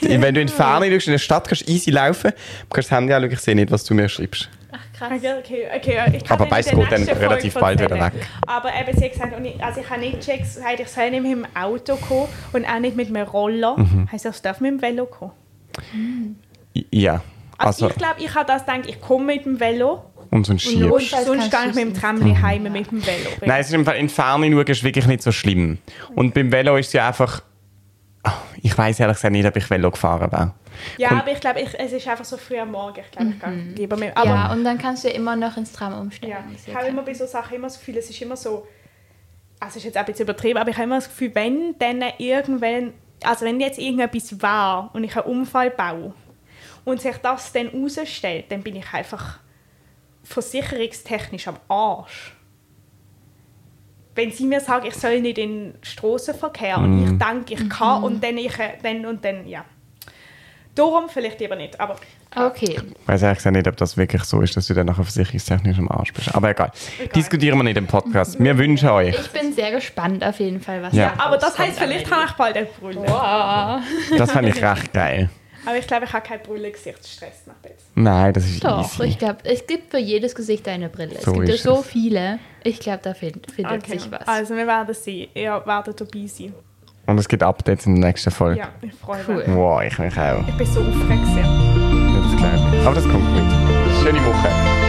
[SPEAKER 1] Wenn du in die Ferne schaust, in der Stadt, kannst du easy laufen, du kannst das Handy anschauen, ich sehe nicht, was du mir schreibst.
[SPEAKER 2] Ach, krass.
[SPEAKER 3] Okay, okay, okay. Ich kann
[SPEAKER 1] Aber
[SPEAKER 3] in
[SPEAKER 1] beides
[SPEAKER 3] der
[SPEAKER 1] geht dann
[SPEAKER 3] nächsten Folge
[SPEAKER 1] relativ bald wieder
[SPEAKER 3] erzählen.
[SPEAKER 1] weg.
[SPEAKER 3] Aber eben, sie hat gesagt, und ich, also ich habe nicht gecheckt, sie hat, ich soll nicht mit dem Auto kommen und auch nicht mit einem Roller.
[SPEAKER 1] Mhm.
[SPEAKER 3] Heißt das, ich darf mit dem Velo kommen.
[SPEAKER 1] I- Ja.
[SPEAKER 3] Also,
[SPEAKER 1] Also,
[SPEAKER 3] ich glaube, ich habe das gedacht, ich komme mit dem Velo
[SPEAKER 1] und so ein
[SPEAKER 2] los.
[SPEAKER 1] Schiebst.
[SPEAKER 2] Das
[SPEAKER 3] sonst
[SPEAKER 2] kannst
[SPEAKER 3] gehe ich
[SPEAKER 2] du
[SPEAKER 3] mit dem Tram heim mit dem Velo.
[SPEAKER 1] Mhm. Nein, es ist im Fall, in die Ferne schauen ist wirklich nicht so schlimm. Und beim Velo ist es ja einfach... Ah, Ich weiß ehrlich gesagt nicht, ob ich Velo gefahren wäre.
[SPEAKER 3] ja,
[SPEAKER 1] Komm-
[SPEAKER 3] aber ich glaube, ich, es ist einfach so früh am Morgen. Ich glaube, ich gehe lieber mit aber,
[SPEAKER 2] Ja, und dann kannst du ja immer noch ins Tram umsteigen.
[SPEAKER 3] Ja,
[SPEAKER 2] Ist
[SPEAKER 3] ich
[SPEAKER 2] ja
[SPEAKER 3] habe
[SPEAKER 2] kein-
[SPEAKER 3] immer bei so Sachen immer das Gefühl, es ist immer so, also es ist jetzt auch ein bisschen übertrieben, aber ich habe immer das Gefühl, wenn dann irgendwann, also wenn jetzt irgendetwas war und ich einen Unfall baue und sich das dann herausstellt, dann bin ich einfach versicherungstechnisch am Arsch. Wenn sie mir sagen, ich soll nicht in den Strassenverkehr und ich denke, ich kann und dann ich, äh, dann und dann, ja. Darum vielleicht lieber nicht, aber
[SPEAKER 2] Okay,
[SPEAKER 1] Ich weiß ehrlich gesagt nicht, ob das wirklich so ist, dass du dann nachher versicherungstechnisch am Arsch bist. Aber egal. Diskutieren wir nicht im Podcast. Wir wünschen euch,
[SPEAKER 2] ich bin sehr gespannt auf jeden Fall, was
[SPEAKER 1] Ja.
[SPEAKER 2] da
[SPEAKER 3] aber das
[SPEAKER 2] rauskommt
[SPEAKER 3] heißt,
[SPEAKER 2] am
[SPEAKER 3] vielleicht habe ich bald eine Brille.
[SPEAKER 1] das fand ich recht geil.
[SPEAKER 3] Aber ich glaube, ich habe keinen Brillengesichtstress nach jetzt.
[SPEAKER 1] Nein, das ist
[SPEAKER 2] Ende. Doch,
[SPEAKER 1] easy.
[SPEAKER 2] ich glaube, es gibt für jedes Gesicht eine Brille.
[SPEAKER 1] So
[SPEAKER 2] es gibt ja
[SPEAKER 1] ist
[SPEAKER 2] so
[SPEAKER 1] es.
[SPEAKER 2] viele. Ich glaube, da find, findet sich was.
[SPEAKER 3] Also wir werden sehen. Ihr werdet dabei sein.
[SPEAKER 1] Und es gibt Updates in der nächsten Folge.
[SPEAKER 3] Ja, ich freue mich.
[SPEAKER 2] Cool.
[SPEAKER 1] Wow, ich mich auch.
[SPEAKER 3] Ich bin so aufgeregt. sehr.
[SPEAKER 1] Oh, Das glaub ich. Aber das kommt gut. Schöne Woche.